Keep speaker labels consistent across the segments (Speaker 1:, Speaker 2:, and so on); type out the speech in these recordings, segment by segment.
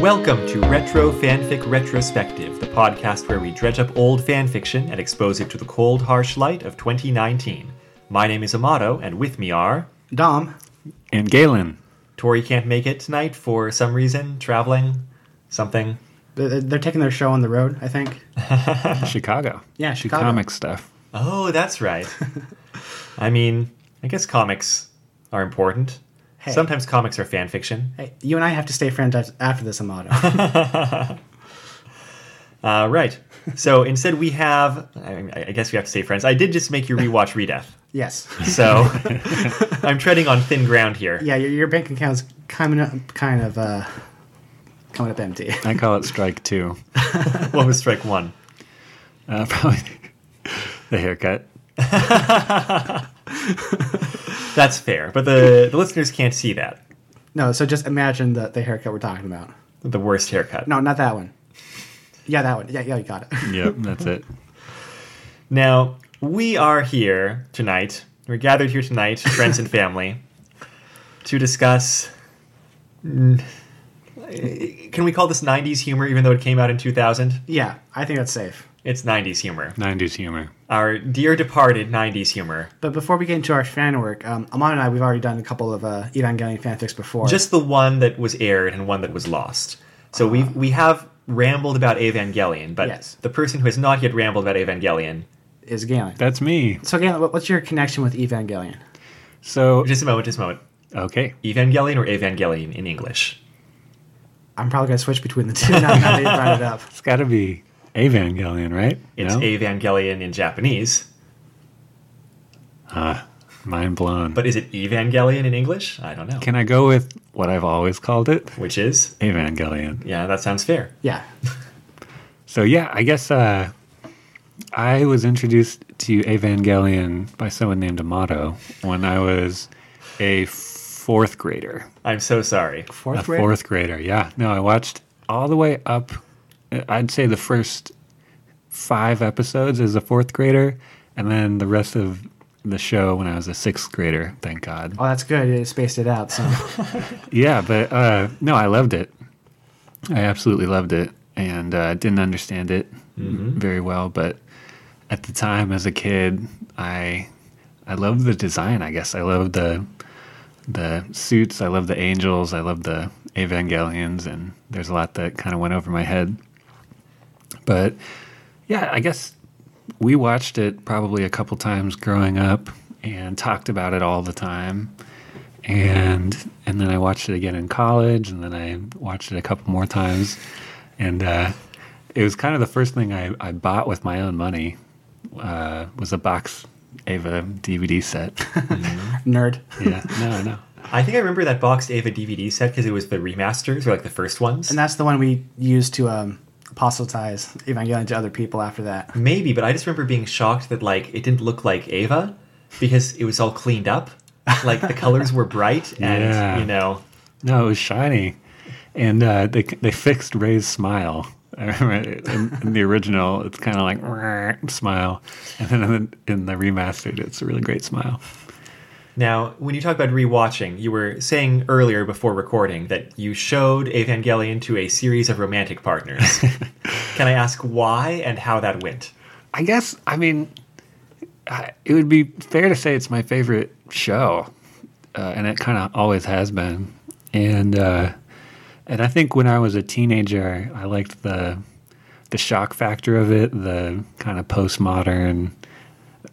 Speaker 1: Welcome to Retro Fanfic Retrospective, the podcast where we dredge up old fanfiction and expose it to the cold, harsh light of 2019. My name is Amato, and with me are
Speaker 2: Dom.
Speaker 3: And Galen.
Speaker 1: Tori can't make it tonight for some reason, traveling, something.
Speaker 2: They're, they're taking their show on the road, I think.
Speaker 3: Chicago.
Speaker 2: Yeah,
Speaker 3: She
Speaker 2: Chicago.
Speaker 3: comic stuff.
Speaker 1: Oh, that's right. I mean, I guess comics are important.
Speaker 2: Hey.
Speaker 1: Sometimes comics are fanfiction.
Speaker 2: Hey, you and I have to stay friends af- after this, Amato.
Speaker 1: Uh, right. So instead, we have. I, I guess we have to stay friends. I did just make you rewatch Redeath,
Speaker 2: yes.
Speaker 1: so I'm treading on thin ground here.
Speaker 2: Yeah, your, your bank account's coming up, kind of uh, coming up empty.
Speaker 3: I call it strike two.
Speaker 1: What was strike one?
Speaker 3: Uh, probably the haircut.
Speaker 1: That's fair, but the the listeners can't see that.
Speaker 2: No, so just imagine the, the haircut we're talking about.
Speaker 1: The worst haircut.
Speaker 2: No, not that one. Yeah, that one. Yeah, yeah, you got it.
Speaker 3: Yep, that's it.
Speaker 1: Now we are here tonight. We're gathered here tonight, friends and family, to discuss. mm, Can we call this '90s humor, even though it came out in 2000?
Speaker 2: Yeah, I think that's safe.
Speaker 1: It's '90s humor.
Speaker 3: 90s humor.
Speaker 1: Our dear departed '90s humor.
Speaker 2: But before we get into our fan work, um, Amon and I, we've already done a couple of uh, Evangelion fanfics before.
Speaker 1: just the one that was aired and one that was lost. So we we have rambled about Evangelion, but
Speaker 2: Ah. Yes.
Speaker 1: the person who has not yet rambled about Evangelion,
Speaker 2: is Galen.
Speaker 3: That's me.
Speaker 2: So, Galen, what- what's your connection with Evangelion?
Speaker 3: So,
Speaker 1: just a moment, just a moment.
Speaker 3: okay.
Speaker 1: Evangelion or Evangelion in English?
Speaker 2: I'm probably going to switch between the two now, now that you brought it up.
Speaker 3: It's got to be Evangelion, right?
Speaker 1: It's Evangelion in Japanese,
Speaker 3: Ah, Mind blown. But
Speaker 1: but is it Evangelion in English? I don't know.
Speaker 3: can I go with what I've always called it?
Speaker 1: Which is,
Speaker 3: Evangelion.
Speaker 1: yeah, that sounds fair.
Speaker 2: Yeah.
Speaker 3: So, yeah, I guess uh, I was introduced to Evangelion by someone named Amato when I was a fourth grader.
Speaker 1: I'm so sorry.
Speaker 3: a Uh, fourth grader. Yeah. No, I watched all the way up. I'd say the first five episodes as a fourth grader, and then the rest of the show when I was a sixth grader. Thank God.
Speaker 2: Oh, that's good. It spaced it out. So
Speaker 3: Yeah, but uh, no, I loved it. I absolutely loved it, and uh, didn't understand it very well. But at the time, as a kid, I I loved the design. I guess I loved the the suits. I loved the angels. I loved the Evangelions, and there's a lot that kind of went over my head. But yeah, I guess we watched it probably a couple times growing up and talked about it all the time and and then I watched it again in college, and then I watched it a couple more times, and uh, it was kind of the first thing I, I bought with my own money uh, was a box Ava DVD set.
Speaker 2: nerd.
Speaker 3: yeah, no, no,
Speaker 1: I think I remember that boxed Ava DVD set because it was the remasters or like the first ones.
Speaker 2: And that's the one we used to um, apostatize Evangelion to other people after that.
Speaker 1: Maybe, but I just remember being shocked that like it didn't look like Ava because it was all cleaned up. Like the colors were bright and
Speaker 3: Yeah.
Speaker 1: you know
Speaker 3: no, it was shiny, and uh, they they fixed Ray's smile. I remember it- in, in the original, it's kind of like "Rrrr," smile, and then in the, in the remastered, it's a really great smile.
Speaker 1: now when you talk about rewatching, you were saying earlier before recording that you showed Evangelion to a series of romantic partners. Can I ask why and how that went?
Speaker 3: I guess I mean I, it would be fair to say it's my favorite show, uh, and it kind of always has been. And uh, and I think when I was a teenager, I liked the the shock factor of it, the kind of postmodern,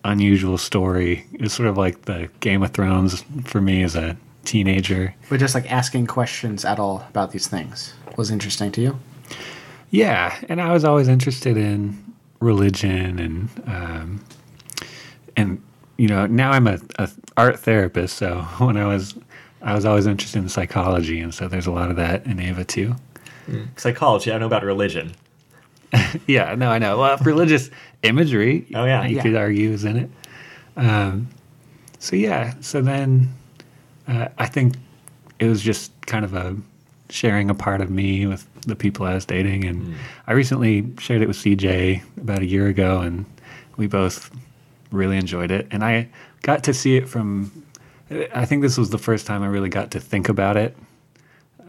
Speaker 3: unusual story. It was sort of like the Game of Thrones for me as a teenager.
Speaker 2: But just like asking questions at all about these things was interesting to you.
Speaker 3: Yeah, and I was always interested in religion and um, and you know now I'm a, a art therapist, so when I was I was always interested in psychology, and so there's a lot of that in Ava too.
Speaker 1: Psychology, I don't know about religion.
Speaker 3: Yeah, no, I know. Well, religious imagery.
Speaker 1: Oh, yeah.
Speaker 3: you
Speaker 2: Yeah.
Speaker 3: could argue is in it. Um, so yeah, so then uh, I think it was just kind of a sharing a part of me with the people I was dating,
Speaker 1: Mm.
Speaker 3: and I recently shared it with CJ about a year ago, and we both really enjoyed it, and I got to see it from. I think this was the first time I really got to think about it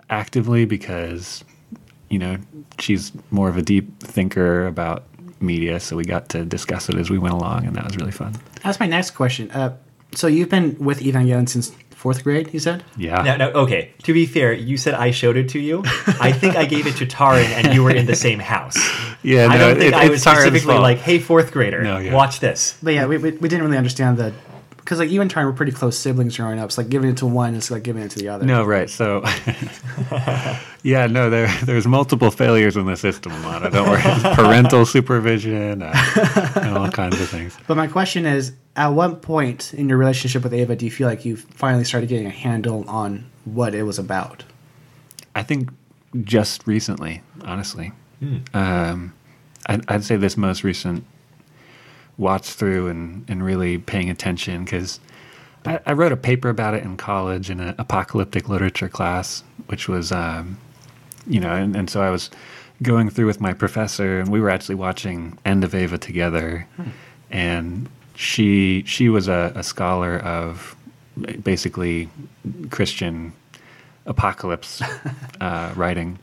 Speaker 3: actively because, you know, she's more of a deep thinker about media, so we got to discuss it as we went along, and that was really fun.
Speaker 2: That's my next question. Uh, so you've been with Evangelion since fourth grade, you said?
Speaker 3: Yeah.
Speaker 1: Now, now, okay. To be fair, you said I showed it to you. I think I gave it to Taran, and you were in the same house.
Speaker 3: Yeah,
Speaker 1: I
Speaker 3: no,
Speaker 1: don't think
Speaker 3: it-
Speaker 1: I
Speaker 3: it's
Speaker 1: was
Speaker 3: Taran's
Speaker 1: specifically
Speaker 3: fault.
Speaker 1: like, "Hey, fourth grader,
Speaker 3: No, yeah.
Speaker 1: watch this."
Speaker 2: But yeah, we, we, we didn't really understand the because like you and Taryn were pretty close siblings growing up. So like giving it to one is like giving it to the other.
Speaker 3: No, right. So, yeah, no, there, there's multiple failures in the system, Lana. Don't worry. Parental supervision uh, and all kinds of things.
Speaker 2: But my question is, at what point in your relationship with Ava do you feel like you finally started getting a handle on what it was about?
Speaker 3: I think just recently, honestly.
Speaker 1: Hmm.
Speaker 3: Um, I'd, I'd say this most recent watch through and, and really paying attention because I, I wrote a paper about it in college in an apocalyptic literature class, which was, um, you know, and, and so I was going through with my professor, and we were actually watching End of Ava together, and she she was a, a scholar of basically Christian apocalypse uh, writing.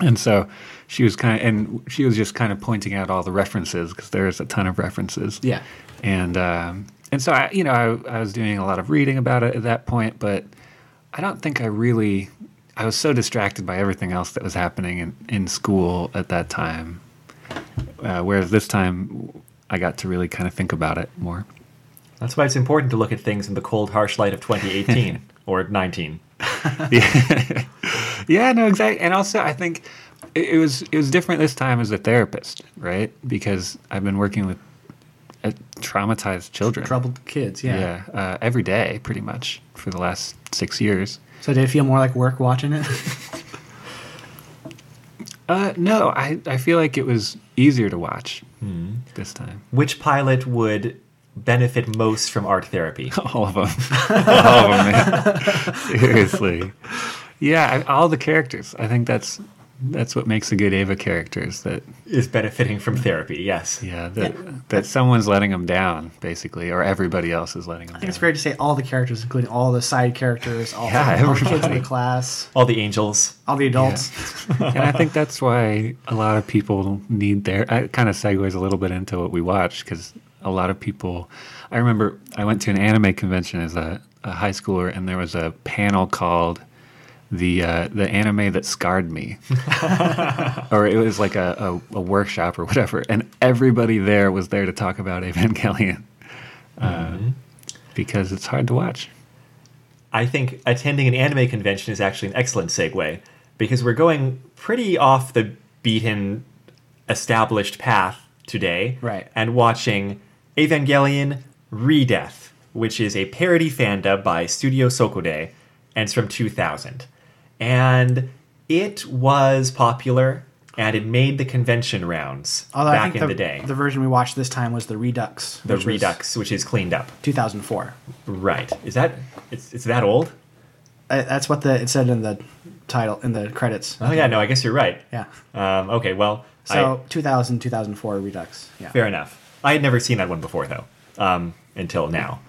Speaker 3: And so she was kind of, and she was just kind of pointing out all the references because there is a ton of references.
Speaker 2: Yeah.
Speaker 3: And um, and so I, you know, I, I was doing a lot of reading about it at that point, but I don't think I really, I was so distracted by everything else that was happening in, in school at that time. Uh, whereas this time, I got to really kind of think about it more.
Speaker 1: That's why it's important to look at things in the cold, harsh light of 2018 or 19.
Speaker 3: yeah, Yeah, no, exactly. And also, I think it, it was it was different this time as a therapist, right? Because I've been working with uh, traumatized children,
Speaker 2: Troubled kids, yeah.
Speaker 3: yeah, uh, every day pretty much for the last six years.
Speaker 2: So did it feel more like work watching it?
Speaker 3: Uh, no, I I feel like it was easier to watch this time.
Speaker 1: Which pilot would benefit most from art therapy?
Speaker 3: All of them, all of them, man. Seriously, yeah, I, all the characters. I think that's that's what makes a good Ava character is that
Speaker 1: Is benefiting from therapy, yes.
Speaker 3: Yeah, that that someone's letting them down, basically, or everybody else is letting them
Speaker 2: I think
Speaker 3: down.
Speaker 2: it's fair to say all the characters, including all the side characters, all,
Speaker 3: Yeah,
Speaker 2: all the kids in
Speaker 3: everybody.
Speaker 2: the class,
Speaker 1: All the angels.
Speaker 2: all the adults.
Speaker 3: and I think that's why a lot of people need their. It kind of segues a little bit into what we watched because a lot of people. I remember I went to an anime convention as a, a high schooler, and there was a panel called the uh, the anime that scarred me, or it was like a, a, a workshop or whatever, and everybody there was there to talk about Evangelion, uh, because it's hard to watch.
Speaker 1: I think attending an anime convention is actually an excellent segue because we're going pretty off the beaten, established path today.
Speaker 2: Right.
Speaker 1: And watching Evangelion Redeath, which is a parody fandub by Studio Sokode, and it's from 2000. And it was popular and it made the convention rounds
Speaker 2: Although I
Speaker 1: back
Speaker 2: think
Speaker 1: in the,
Speaker 2: the,
Speaker 1: day.
Speaker 2: the version we watched this time was the Redux.
Speaker 1: The
Speaker 2: which was
Speaker 1: Redux, which is cleaned up.
Speaker 2: 2004.
Speaker 1: Right. Is that it's it's that old?
Speaker 2: Uh, that's what the it said in the title in the credits.
Speaker 1: Oh yeah, no, I guess you're right.
Speaker 2: Yeah.
Speaker 1: Um, okay, well,
Speaker 2: So 2000, 2004 Redux. Yeah.
Speaker 1: I, fair enough. I had never seen that one before, though, um, until now.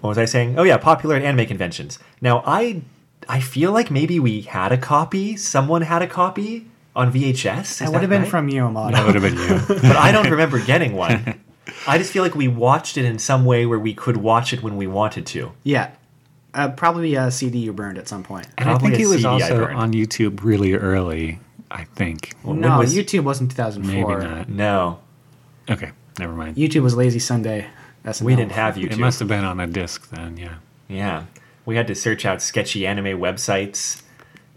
Speaker 1: What was I saying? Oh yeah, popular at anime conventions. Now I, I feel like maybe we had a copy. Someone had a copy on VHS. Is
Speaker 2: That
Speaker 1: that
Speaker 2: would have been
Speaker 1: right?
Speaker 2: from you, Amado.
Speaker 3: That would have been you.
Speaker 1: but I don't remember getting one. I just feel like we watched it in some way where we could watch it when we wanted to.
Speaker 2: Yeah. Uh, probably a CD you burned at some point.
Speaker 3: And I
Speaker 1: Probably
Speaker 3: think
Speaker 1: a
Speaker 3: he was
Speaker 1: CD I
Speaker 3: also
Speaker 1: burned.
Speaker 3: on YouTube really early. I think
Speaker 1: When
Speaker 2: no,
Speaker 1: was-
Speaker 2: YouTube wasn't 2004.
Speaker 3: maybe not.
Speaker 1: No,
Speaker 3: Okay, never mind.
Speaker 2: YouTube was Lazy Sunday. SNL.
Speaker 1: we didn't have YouTube.
Speaker 3: It must have been on a disc then. Yeah.
Speaker 1: Yeah. We had to search out sketchy anime websites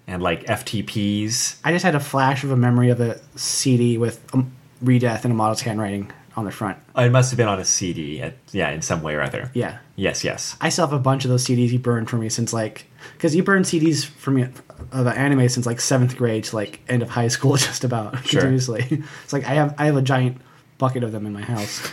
Speaker 1: and like FTPs.
Speaker 2: I just had a flash of a memory of a CD with um, Redeath and a model's handwriting on the front.
Speaker 1: Oh, it must have been on a CD. At, yeah, in some way or other.
Speaker 2: Yeah.
Speaker 1: Yes, yes.
Speaker 2: I still have a bunch of those CDs you burned for me since like, because you burned CDs for me of anime since like seventh grade to like end of high school, just about
Speaker 1: Sure.
Speaker 2: continuously. It's like I have I have a giant bucket of them in my house.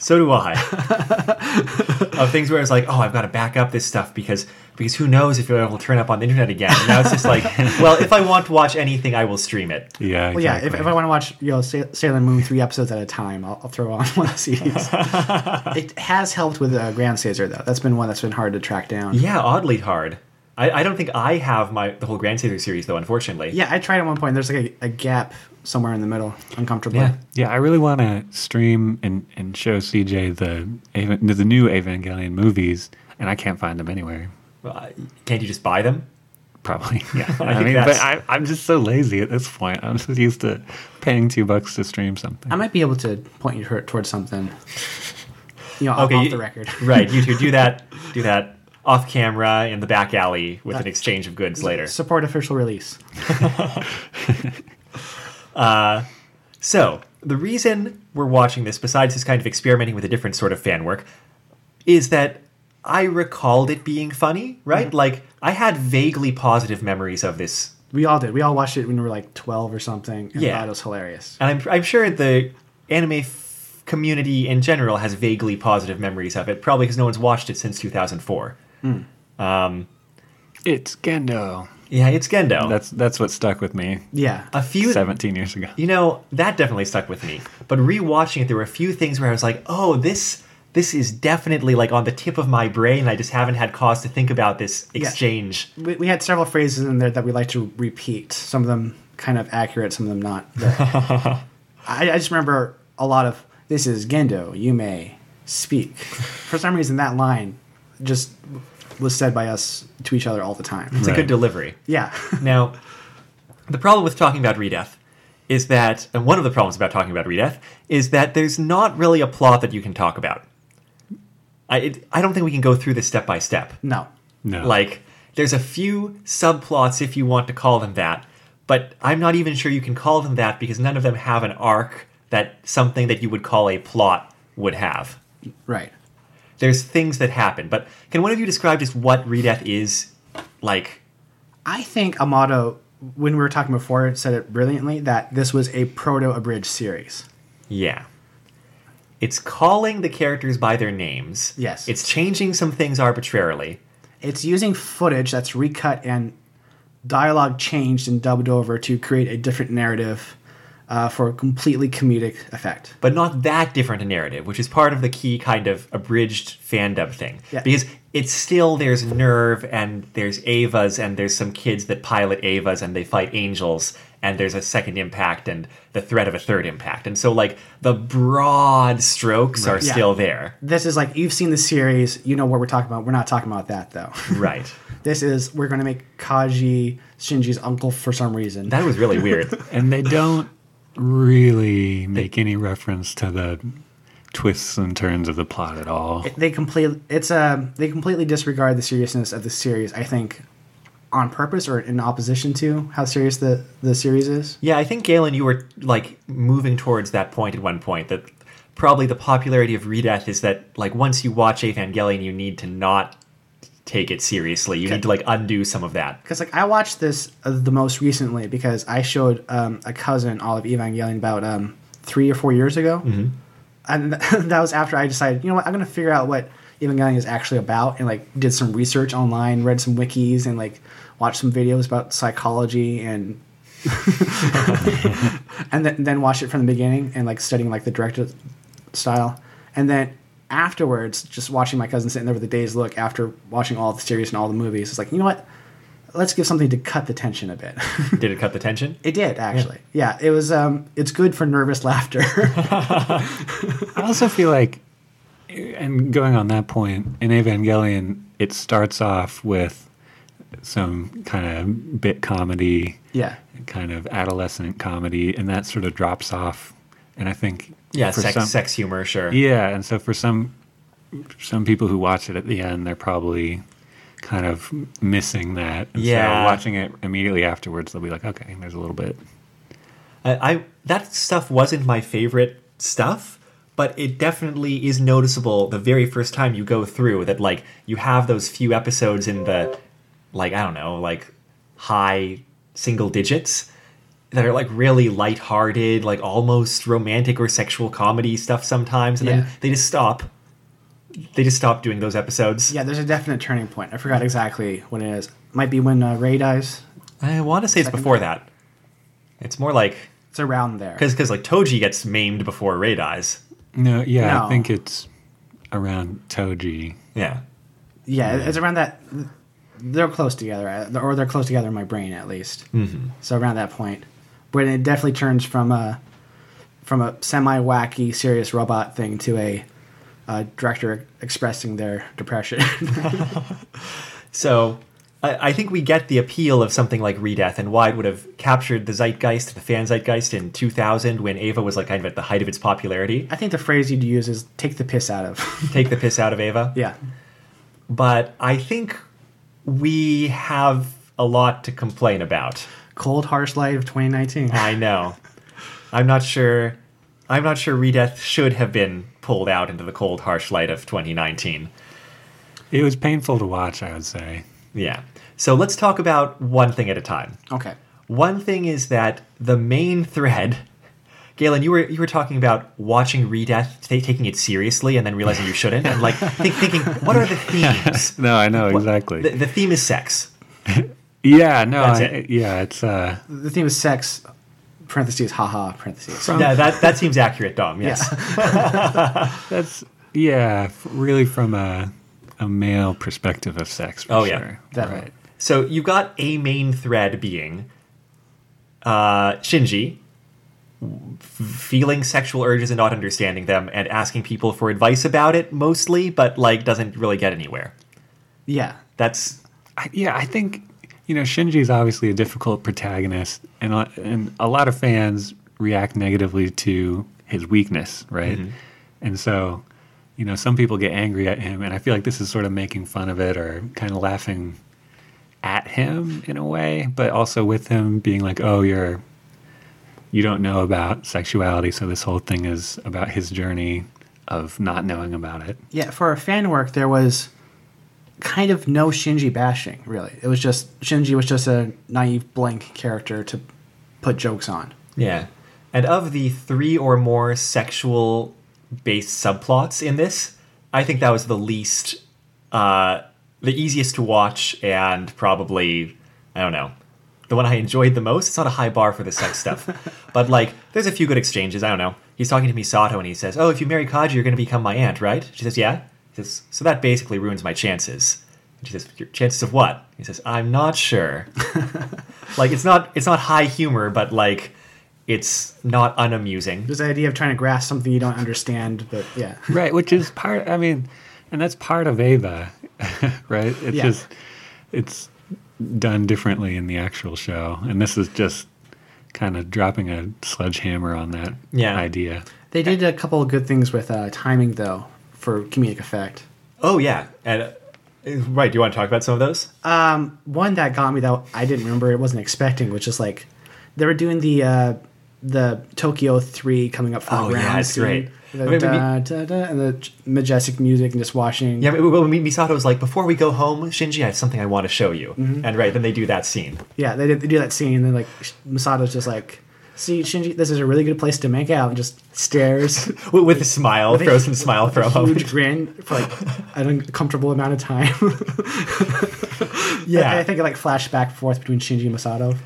Speaker 1: So do I. of things where it's like, oh, I've got to back up this stuff because because who knows if it will turn up on the internet again. And now it's just like, well, if I want to watch anything, I will stream it.
Speaker 3: Yeah,
Speaker 2: Well, yeah, if, if I want to watch you know Sa- Sailor Moon three episodes at a time, I'll, I'll throw on one series. it has helped with uh, Grand Caesar though. That's been one that's been hard to track down.
Speaker 1: Yeah, oddly hard. I, I don't think I have my the whole Grand Caesar series though, unfortunately.
Speaker 2: Yeah, I tried at one point. There's like a, a gap somewhere in the middle, uncomfortably.
Speaker 1: Yeah.
Speaker 3: yeah, I really want to stream and, and show CJ the Evan- the new Evangelion movies, and I can't find them anywhere.
Speaker 1: Well, I- can't you just buy them?
Speaker 3: Probably. Yeah.
Speaker 1: I
Speaker 3: I,
Speaker 1: think
Speaker 3: mean, but
Speaker 1: that's-
Speaker 3: I, I'm just so lazy at this point. I'm just used to paying two bucks to stream something.
Speaker 2: I might be able to point you tor- towards something. You know,
Speaker 1: Okay,
Speaker 2: off
Speaker 1: you-
Speaker 2: the record.
Speaker 1: Right, you two do that. Do that off camera in the back alley with an
Speaker 2: Uh,
Speaker 1: exchange of goods later.
Speaker 2: Support official release.
Speaker 1: So, the reason we're watching this, besides this kind of experimenting with a different sort of fan work, is that I recalled it being funny, right? Like, I had vaguely positive memories of this.
Speaker 2: We all did. We all watched it when we were like 12 or something and
Speaker 1: Yeah.
Speaker 2: thought it was hilarious.
Speaker 1: And I'm, I'm sure the anime f- community in general has vaguely positive memories of it, probably because no one's watched it since 2004.
Speaker 3: it's Gendo.
Speaker 1: Yeah, it's Gendo.
Speaker 3: That's that's what stuck with me
Speaker 2: Yeah.
Speaker 1: a few
Speaker 3: 17 years ago.
Speaker 1: You know, that definitely stuck with me. But rewatching it, there were a few things where I was like, "Oh, this this is definitely like on the tip of my brain. I just haven't had cause to think about this exchange."
Speaker 2: we, we had several phrases in there that we like to repeat. Some of them kind of accurate, some of them not. But I, I just remember a lot of this is Gendo, you may speak. For some reason, that line just was said by us to each other all the time. It's
Speaker 1: It's
Speaker 2: like,
Speaker 1: a good
Speaker 3: Right.
Speaker 1: delivery.
Speaker 2: yeah.
Speaker 1: Now, the problem with talking about Redeath is that, and one of the problems about talking about Redeath is that there's not really a plot that you can talk about. I it, I don't think we can go through this step by step.
Speaker 2: no.
Speaker 3: No.
Speaker 1: Like, there's a few subplots, if you want to call them that, but I'm not even sure you can call them that because none of them have an arc that something that you would call a plot would have.
Speaker 2: Right.
Speaker 1: There's things that happen, but can one of you describe just what Redeath is? Like,
Speaker 2: I think Amato, when we were talking before, said it brilliantly that this was a proto abridged series.
Speaker 1: yeah. It's calling the characters by their names.
Speaker 2: Yes.
Speaker 1: It's changing some things arbitrarily.
Speaker 2: It's using footage that's recut and dialogue changed and dubbed over to create a different narrative uh, for a completely comedic effect.
Speaker 1: but not that different a narrative, which is part of the key kind of abridged fandom thing.
Speaker 2: Yeah.
Speaker 1: Because it's still there's Nerve and there's Avas and there's some kids that pilot Avas and they fight angels and there's a second impact and the threat of a third impact. And so like the broad strokes are
Speaker 2: Yeah.
Speaker 1: still there.
Speaker 2: This is like you've seen the series, you know what we're talking about. We're not talking about that though.
Speaker 1: Right.
Speaker 2: this is we're going to make Kaji Shinji's uncle for some reason.
Speaker 1: That was really weird.
Speaker 3: and they don't really make any reference to the twists and turns of the plot at all.
Speaker 2: they completely it's a they completely disregard the seriousness of the series. I think on purpose or in opposition to how serious the the series is.
Speaker 1: Yeah, I think Galen, you were like moving towards that point at one point that probably the popularity of Redeath is that like once you watch Evangelion, you need to not take it seriously. You need to like undo some of that.
Speaker 2: Because like I watched this uh, the most recently because I showed um, a cousin all of Evangelion about um, three or four years ago, and th- that was after I decided you know what I'm going to figure out what Evangelion is actually about and like did some research online, read some wikis, and like watched some videos about psychology and. and then, then watched it from the beginning and like studying like the director style and then afterwards just watching my cousin sitting there with a day's look after watching all the series and all the movies it's like you know what let's give something to cut the tension a bit.
Speaker 1: Did it cut the tension?
Speaker 2: it did actually. Yeah. it was. Um, it's good for nervous laughter.
Speaker 3: I also feel like, and going on that point, in Evangelion, it starts off with some kind of bit comedy,
Speaker 2: yeah,
Speaker 3: kind of adolescent comedy, and that sort of drops off. And I think
Speaker 1: Yeah,
Speaker 3: for
Speaker 1: sex,
Speaker 3: some-
Speaker 1: sex humor, sure.
Speaker 3: Yeah, and so for some some people who watch it at the end, they're probably kind of missing that. And
Speaker 1: Yeah.
Speaker 3: so watching it immediately afterwards, they'll be like, okay, there's a little bit.
Speaker 1: I, I that stuff wasn't my favorite stuff, but it definitely is noticeable the very first time you go through that like you have those few episodes in the like I don't know, like high single digits that are like really lighthearted, like almost romantic or sexual comedy stuff sometimes, and
Speaker 2: Yeah.
Speaker 1: then they just stop. They just stop doing those episodes.
Speaker 2: Yeah, there's a definite turning point. I forgot exactly when it is. Might be when uh, Ray dies.
Speaker 1: I want to say it's
Speaker 2: Second
Speaker 1: before that. It's more like
Speaker 2: It's around there.
Speaker 1: because because like Toji gets maimed before Ray dies.
Speaker 3: No, yeah,
Speaker 2: No.
Speaker 3: I think it's around Toji.
Speaker 1: Yeah,
Speaker 2: Yeah, it's around that. They're close together, uh, or they're close together in my brain at least. Mm-hmm. So around that point, but it definitely turns from a from a semi wacky serious robot thing to a uh, director expressing their depression.
Speaker 1: So I, I think we get the appeal of something like Redeath and why it would have captured the zeitgeist, the fan zeitgeist in 2000 when Ava was like kind of at the height of its popularity.
Speaker 2: I think the phrase you'd use is "take the piss out of."
Speaker 1: Take the piss out of Ava.
Speaker 2: yeah,
Speaker 1: But I think we have a lot to complain about.
Speaker 2: cold harsh light of 2019.
Speaker 1: I know. I'm not sure. I'm not sure Redeath should have been pulled out into the cold, harsh light of 2019.
Speaker 3: It was painful to watch, I would say.
Speaker 1: Yeah. So let's talk about one thing at a time.
Speaker 2: okay,
Speaker 1: One thing is that the main thread, Galen, you were you were talking about watching Redeath, t- taking it seriously, and then realizing you shouldn't, and like think, thinking, what are the themes?
Speaker 3: No, I know exactly.
Speaker 1: The, the theme is sex.
Speaker 3: yeah, no,
Speaker 1: That's
Speaker 3: I-
Speaker 1: it.
Speaker 3: yeah, it's uh,
Speaker 2: the theme is sex. Parentheses, haha. Parentheses.
Speaker 1: Yeah, that that seems accurate, Dom. Yes.
Speaker 3: that's yeah, f- really from a a male perspective of sex. For
Speaker 1: Oh, yeah,
Speaker 3: sure.
Speaker 2: definitely.
Speaker 3: right.
Speaker 1: So you got a main thread being uh, Shinji f- feeling sexual urges and not understanding them, and asking people for advice about it mostly, but like doesn't really get anywhere.
Speaker 2: Yeah,
Speaker 1: That's
Speaker 3: I, yeah, I think you know Shinji's obviously a difficult protagonist, and a- and a lot of fans react negatively to his weakness, right? And so, you know, some people get angry at him, and I feel like this is sort of making fun of it or kind of laughing at him in a way, but also with him being like, "Oh, you're." You don't know about sexuality, so this whole thing is about his journey of not knowing about it.
Speaker 2: Yeah, for our fan work, there was kind of no Shinji bashing, really. It was just Shinji was just a naive, blank character to put jokes on.
Speaker 1: Yeah. And of the three or more sexual based subplots in this, I think that was the least, uh, the easiest to watch and probably, I don't know, the one I enjoyed the most. It's not a high bar for the sex stuff. but like, there's a few good exchanges. I don't know. He's talking to Misato and he says, Oh, if you marry Kaji, you're going to become my aunt, right? She says, Yeah. He says, So that basically ruins my chances. And she says, Your chances of what? He says, I'm not sure like it's not it's not high humor but like it's not unamusing
Speaker 2: There's the idea of trying to grasp something you don't understand, but yeah,
Speaker 3: right which is part i mean and that's part of ava right it's
Speaker 2: Yeah.
Speaker 3: just it's done differently in the actual show and this is just kind of dropping a sledgehammer on that
Speaker 1: Yeah.
Speaker 3: idea
Speaker 2: they did a couple of good things with uh, timing though for comedic effect.
Speaker 1: oh yeah and uh, right do you want to talk about some of those
Speaker 2: One that got me that I didn't remember, it wasn't expecting, which is like they were doing the uh, the Tokyo Three coming up from
Speaker 1: Oh,
Speaker 2: the
Speaker 1: yeah,
Speaker 2: ground
Speaker 1: it's
Speaker 2: scene.
Speaker 1: great.
Speaker 2: The,
Speaker 1: I mean,
Speaker 2: da, da, da, and the majestic music and just watching.
Speaker 1: yeah well misato was like before we go home shinji i have something i want to show you
Speaker 2: Mm-hmm.
Speaker 1: and right then they do that scene
Speaker 2: Yeah, they, did, they do that scene, and then like Sh- Masato's just like, "See, Shinji, this is a really good place to make out," and just stares,
Speaker 1: with, with a smile
Speaker 2: a-
Speaker 1: frozen smile for a moment
Speaker 2: huge grin for like an uncomfortable amount of time.
Speaker 1: yeah
Speaker 2: I, think it like flashed back and forth between Shinji and Masato.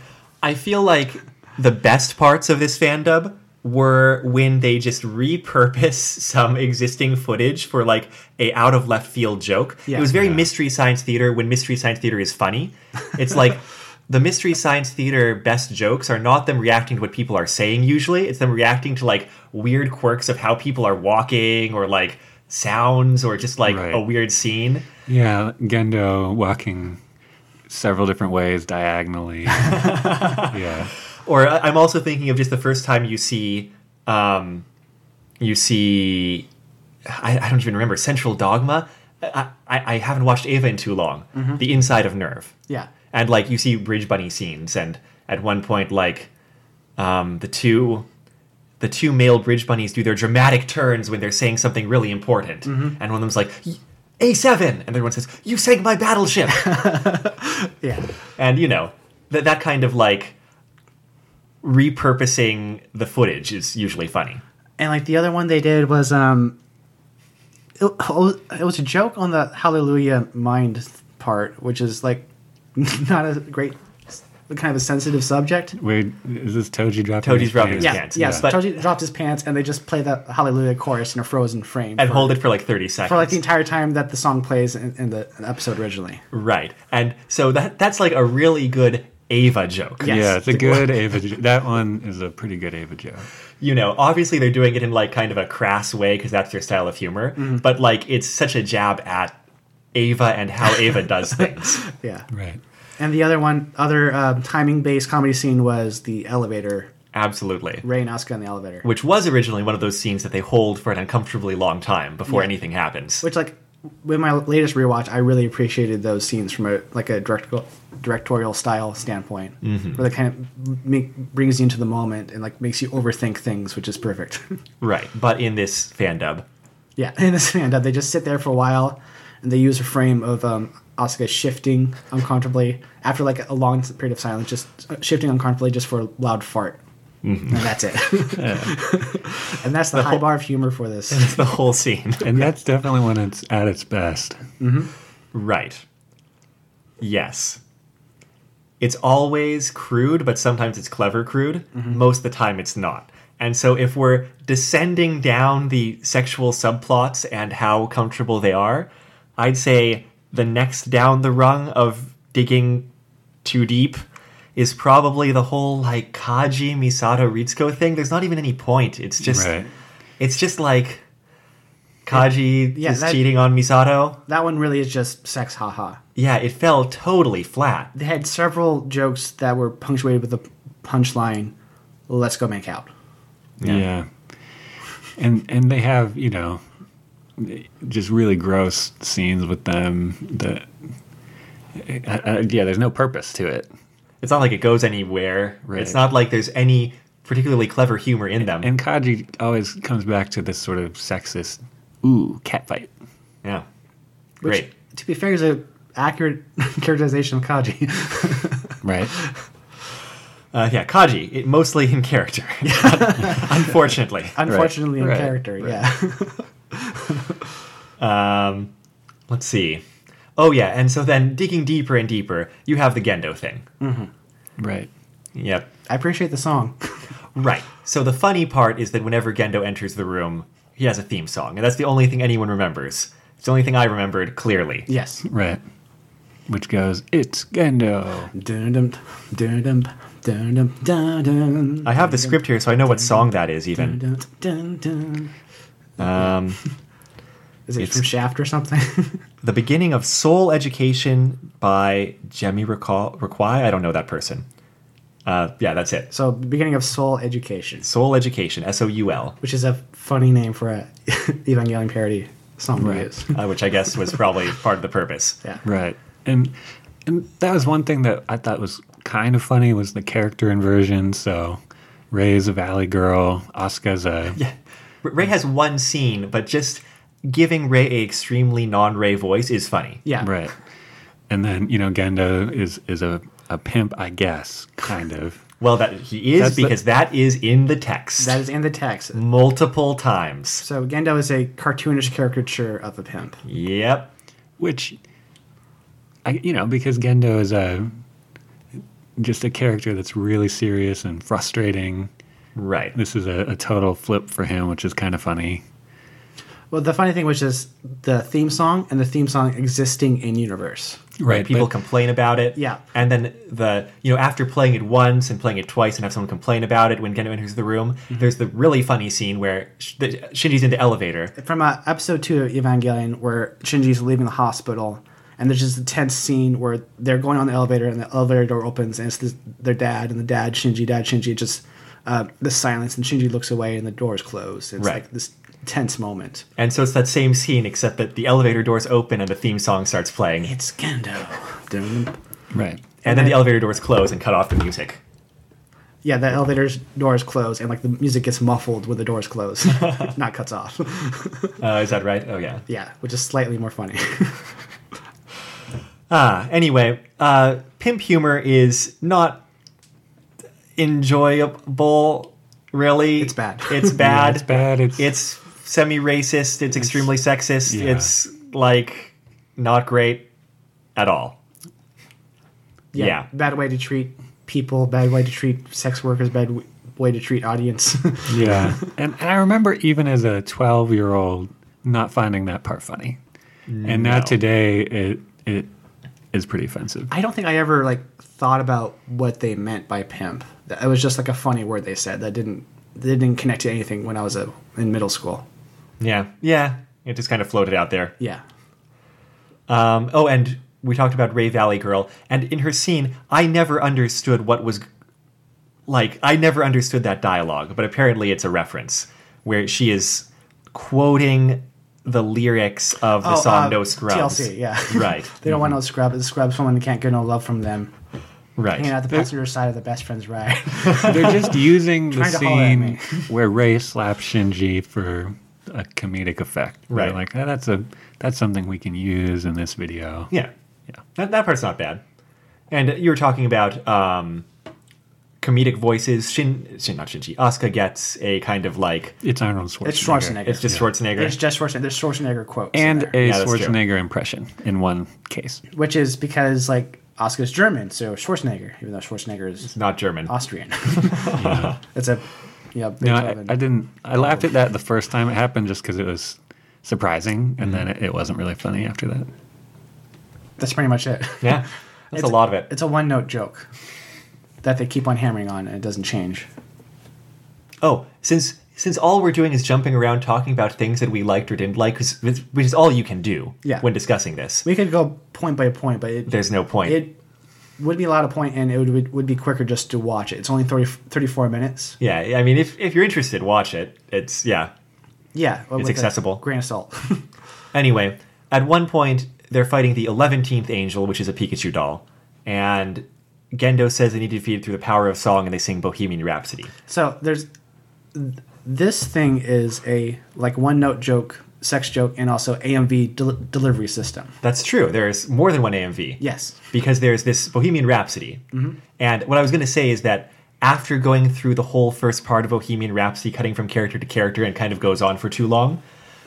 Speaker 1: I feel like the best parts of this fandom were when they just repurpose some existing footage for like a out of left field joke.
Speaker 2: Yeah.
Speaker 1: it was very
Speaker 3: Yeah.
Speaker 1: mystery science theater when mystery science theater is funny. It's like the mystery science theater best jokes are not them reacting to what people are saying usually. It's them reacting to like weird quirks of how people are walking or like sounds or just like
Speaker 3: Right.
Speaker 1: a weird scene.
Speaker 3: yeah gendo walking several different ways diagonally yeah
Speaker 1: Or I- I'm also thinking of just the first time you see, um, you see, I, I don't even remember Central Dogma. I, I, I haven't watched Ava in too long. The inside of Nerve,
Speaker 2: Yeah,
Speaker 1: and like you see Bridge Bunny scenes, and at one point like, um, the two. The two male bridge bunnies do their dramatic turns when they're saying something really important, and one of them's like, "A 7 and the other one says, "You sank my battleship."
Speaker 2: yeah,
Speaker 1: and you know that that kind of like repurposing the footage is usually funny.
Speaker 2: And like the other one they did was um, it, oh, it was a joke on the Hallelujah mind part, which is like not a great kind of a sensitive subject.
Speaker 3: Wait, is this Toji dropping?
Speaker 1: Toji's dropping
Speaker 3: pants?
Speaker 1: his
Speaker 2: Yeah,
Speaker 1: pants,
Speaker 2: yes.
Speaker 1: but-
Speaker 2: Toji dropped his pants, and they just play the Hallelujah chorus in a frozen frame
Speaker 1: And
Speaker 2: for,
Speaker 1: hold it for like 30 seconds.
Speaker 2: for like the entire time that the song plays in, in the episode originally.
Speaker 1: right. And so that that's like a really good Ava joke.
Speaker 2: Yeah.
Speaker 3: Yeah,
Speaker 2: Yes.
Speaker 3: it's a good Ava. jo- That one is a pretty good Ava joke.
Speaker 1: You know, obviously they're doing it in like kind of a crass way because that's their style of humor,
Speaker 2: Mm-hmm.
Speaker 1: but like it's such a jab at Ava and how Ava does things.
Speaker 2: Yeah.
Speaker 3: Right.
Speaker 2: And the other one, other um, timing based comedy scene was the elevator.
Speaker 1: Absolutely.
Speaker 2: Ray and Oscar in the elevator,
Speaker 1: Which was originally one of those scenes that they hold for an uncomfortably long time before
Speaker 2: Yeah.
Speaker 1: anything happens.
Speaker 2: which like with my latest rewatch, I really appreciated those scenes from a like a direct directorial style standpoint, where they kind of make, brings you into the moment and like makes you overthink things, which is perfect.
Speaker 1: Right. But in this fan dub,
Speaker 2: Yeah, in this stand up, they just sit there for a while, and they use a frame of um, Asuka shifting uncomfortably after like a long period of silence, just uh, shifting uncomfortably just for a loud fart, and that's it. and that's the, high
Speaker 1: whole-
Speaker 2: bar of humor for this.
Speaker 1: it's the whole scene.
Speaker 3: And that's definitely when it's at its best.
Speaker 1: Right. Yes. It's always crude, but sometimes it's clever crude.
Speaker 2: Mm-hmm.
Speaker 1: Most of the time, it's not. And so, if we're descending down the sexual subplots and how comfortable they are, I'd say the next down the rung of digging too deep is probably the whole like Kaji Misato Ritsuko thing. There's not even any point. It's just,
Speaker 3: Right.
Speaker 1: it's just like Kaji
Speaker 2: Yeah,
Speaker 1: is
Speaker 2: that-
Speaker 1: cheating on Misato.
Speaker 2: that one really is just sex, haha.
Speaker 1: Yeah, it fell totally flat.
Speaker 2: They had several jokes that were punctuated with the punchline, "Let's go make out."
Speaker 1: Yeah.
Speaker 3: Yeah. And and they have, you know, just really gross scenes with them that I, I, yeah, there's no purpose to it.
Speaker 1: It's not like it goes anywhere.
Speaker 3: Right.
Speaker 1: It's not like there's any particularly clever humor in them.
Speaker 3: And Kaji always comes back to this sort of sexist ooh, catfight.
Speaker 1: yeah.
Speaker 2: Which,
Speaker 1: Great.
Speaker 2: To be fair, is a accurate characterization of Kaji.
Speaker 3: Right.
Speaker 1: Uh, yeah, Kaji, it, mostly in character. Unfortunately.
Speaker 2: Unfortunately, in
Speaker 3: Right.
Speaker 2: character, yeah.
Speaker 1: Um, let's see. Oh, yeah, and so then digging deeper and deeper, you have the Gendo thing.
Speaker 3: Right.
Speaker 1: Yep.
Speaker 2: I appreciate the song.
Speaker 1: Right. So the funny part is that whenever Gendo enters the room, he has a theme song, and that's the only thing anyone remembers. It's the only thing I remembered clearly.
Speaker 2: Yes.
Speaker 3: Right. Which goes, It's Gendo.
Speaker 2: Dun dun dun dun dun dun dun dun.
Speaker 1: I have the script here, so I know what song that is, even.
Speaker 2: Dun, dun, dun.
Speaker 1: Um,
Speaker 2: Is it
Speaker 1: It's-
Speaker 2: from Shaft or something?
Speaker 1: the beginning of Soul Education by Jemmy Requ- Requai. I don't know that person. Uh, yeah, that's it.
Speaker 2: so, beginning of Soul Education,
Speaker 1: Soul Education, S O U L,
Speaker 2: which is a funny name for a Evangelion parody song.
Speaker 3: Right.
Speaker 2: Right.
Speaker 1: uh, which I guess was probably part of the purpose.
Speaker 2: Yeah.
Speaker 3: Right. And and that was one thing that I thought was kind of funny was the character inversion. So Ray's a valley girl, Asuka's a
Speaker 1: R- Ray has one scene, but just giving Ray a extremely non-Ray voice is funny.
Speaker 2: Yeah.
Speaker 3: Right. And then, you know, Gendo is is a, a pimp, I guess, kind of.
Speaker 1: Well, that he is
Speaker 3: That's the-
Speaker 1: because that is in the text
Speaker 2: That is in the text.
Speaker 1: multiple times.
Speaker 2: So Gendo is a cartoonish caricature of a pimp.
Speaker 1: Yep.
Speaker 3: Which I you know, because Gendo is a just a character that's really serious and frustrating.
Speaker 1: Right.
Speaker 3: This is a, a total flip for him, which is kind of funny.
Speaker 2: Well, the funny thing was just the theme song and the theme song existing in universe.
Speaker 1: right people
Speaker 3: but-
Speaker 1: complain about it
Speaker 2: Yeah.
Speaker 1: and then the you know after playing it once and playing it twice and have someone complain about it when Gendo enters the room there's the really funny scene where Sh- the- shinji's in the elevator
Speaker 2: from uh, episode two of Evangelion, where Shinji's leaving the hospital, and there's just a tense scene where they're going on the elevator, and the elevator door opens, and it's this, their dad, and the dad, Shinji, dad, Shinji, just uh, the silence, and Shinji looks away, and the doors close. It's
Speaker 1: Right.
Speaker 2: like this tense moment.
Speaker 1: and so it's that same scene except that the elevator doors open and the theme song starts playing and,
Speaker 2: It's Gendo. Dun.
Speaker 3: Right.
Speaker 1: then
Speaker 2: then-
Speaker 1: the elevator doors close and cut off the music
Speaker 2: yeah, the elevator's doors close, and like the music gets muffled when the doors close, not cuts off.
Speaker 1: uh, is that right oh yeah
Speaker 2: yeah, which is slightly more funny.
Speaker 1: ah anyway uh, pimp humor is not enjoyable. Really,
Speaker 2: It's bad.
Speaker 1: It's bad.
Speaker 3: it's bad. It's,
Speaker 1: It's semi-racist. It's, extremely sexist.
Speaker 3: yeah.
Speaker 1: It's like not great at all. Yeah.
Speaker 2: Bad way to treat people. Bad way to treat sex workers. Bad w- way to treat audience.
Speaker 3: yeah. and, and I remember even as a 12 year old not finding that part funny. And now
Speaker 1: No.
Speaker 3: today it it is pretty offensive.
Speaker 2: I don't think I ever like thought about what they meant by pimp. That- It was just like a funny word they said that didn't they didn't connect to anything when I was a, in middle school.
Speaker 1: Yeah. Yeah. It just kind of floated out there.
Speaker 2: Yeah.
Speaker 1: Um, oh, and we talked about Ray Valley Girl, and in her scene, I never understood what was like. I never understood that dialogue, but apparently, it's a reference where she is quoting the lyrics of the
Speaker 2: Oh,
Speaker 1: song
Speaker 2: uh,
Speaker 1: "No Scrubs."
Speaker 2: TLC, yeah.
Speaker 1: Right.
Speaker 2: They don't want no scrub. The scrub someone that can't get no love from them.
Speaker 1: Right.
Speaker 2: Hanging out the passenger side of the best friend's ride.
Speaker 3: They're just using the
Speaker 2: Trying to holler at
Speaker 3: scene
Speaker 2: me.
Speaker 3: where Ray slaps Shinji for a comedic effect. They're
Speaker 1: Right.
Speaker 3: like, "Ah, that's a that's something we can use in this video.
Speaker 1: Yeah.
Speaker 3: Yeah.
Speaker 1: That, that part's not bad. And uh, you were talking about um, comedic voices. Shin, Shin, not Shinji. Asuka gets a kind of like,
Speaker 3: It's Arnold Schwarzenegger.
Speaker 2: It's Schwarzenegger.
Speaker 1: it's just Schwarzenegger.
Speaker 2: There's just Schwarzenegger. There's Schwarzenegger quotes in
Speaker 3: And
Speaker 2: there.
Speaker 3: a
Speaker 1: Yeah, that's true.
Speaker 3: Schwarzenegger impression in one case.
Speaker 2: which is because like Oscar's German, so Schwarzenegger, even though Schwarzenegger is
Speaker 1: not German.
Speaker 2: Austrian. That's a yeah.
Speaker 3: No, I,
Speaker 2: Beethoven.
Speaker 3: I didn't. I laughed at that the first time it happened just because it was surprising, and then
Speaker 2: Mm-hmm.
Speaker 3: it, it wasn't really funny after that.
Speaker 2: That's pretty much it.
Speaker 1: Yeah. That's a lot of it.
Speaker 2: It's a one note joke that they keep on hammering on and it doesn't change.
Speaker 1: Oh, since since all we're doing is jumping around talking about things that we liked or didn't like, 'cause- which is all you can do
Speaker 2: Yeah.
Speaker 1: when discussing this.
Speaker 2: We could go point by point, but it,
Speaker 1: There's no point.
Speaker 2: it would be a lot of point and it would, would, would be quicker just to watch it. It's only 30, 34 minutes.
Speaker 1: yeah, I mean, if, if you're interested, watch it. It's, yeah,
Speaker 2: Yeah. with a
Speaker 1: accessible.
Speaker 2: Grain of salt.
Speaker 1: Anyway, at one point, they're fighting the 11th Angel, which is a Pikachu doll. And Gendo says they need to defeat it through the power of song, and they sing Bohemian Rhapsody.
Speaker 2: so there's th- this thing is a like one note joke, sex joke, and also AMV del- delivery system.
Speaker 1: That's true. There's more than one AMV.
Speaker 2: Yes.
Speaker 1: Because there's this Bohemian Rhapsody.
Speaker 3: Mm-hmm.
Speaker 1: And what I was going to say is that after going through the whole first part of Bohemian Rhapsody, cutting from character to character, and kind of goes on for too long,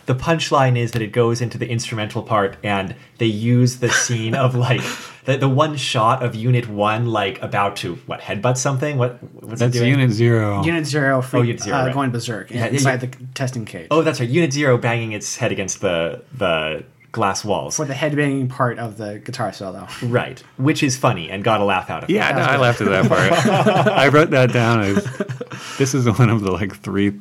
Speaker 1: the punchline is that it goes into the instrumental part and they use the scene of like. The, the one shot of Unit One, like about to what headbutt something? What what's it
Speaker 3: That's
Speaker 1: doing?
Speaker 3: Unit Zero.
Speaker 2: Unit zero, free,
Speaker 1: Oh. Unit Zero,
Speaker 2: uh,
Speaker 1: right.
Speaker 2: going berserk
Speaker 1: yeah,
Speaker 2: inside
Speaker 1: yeah.
Speaker 2: the testing cage.
Speaker 1: Oh, that's right. Unit Zero banging its head against the the glass walls.
Speaker 2: For the headbanging part of the guitar solo.
Speaker 1: Right, which is funny and got a laugh out of
Speaker 3: yeah, no, I laughed at that part. I wrote that down. As, this is one of the like three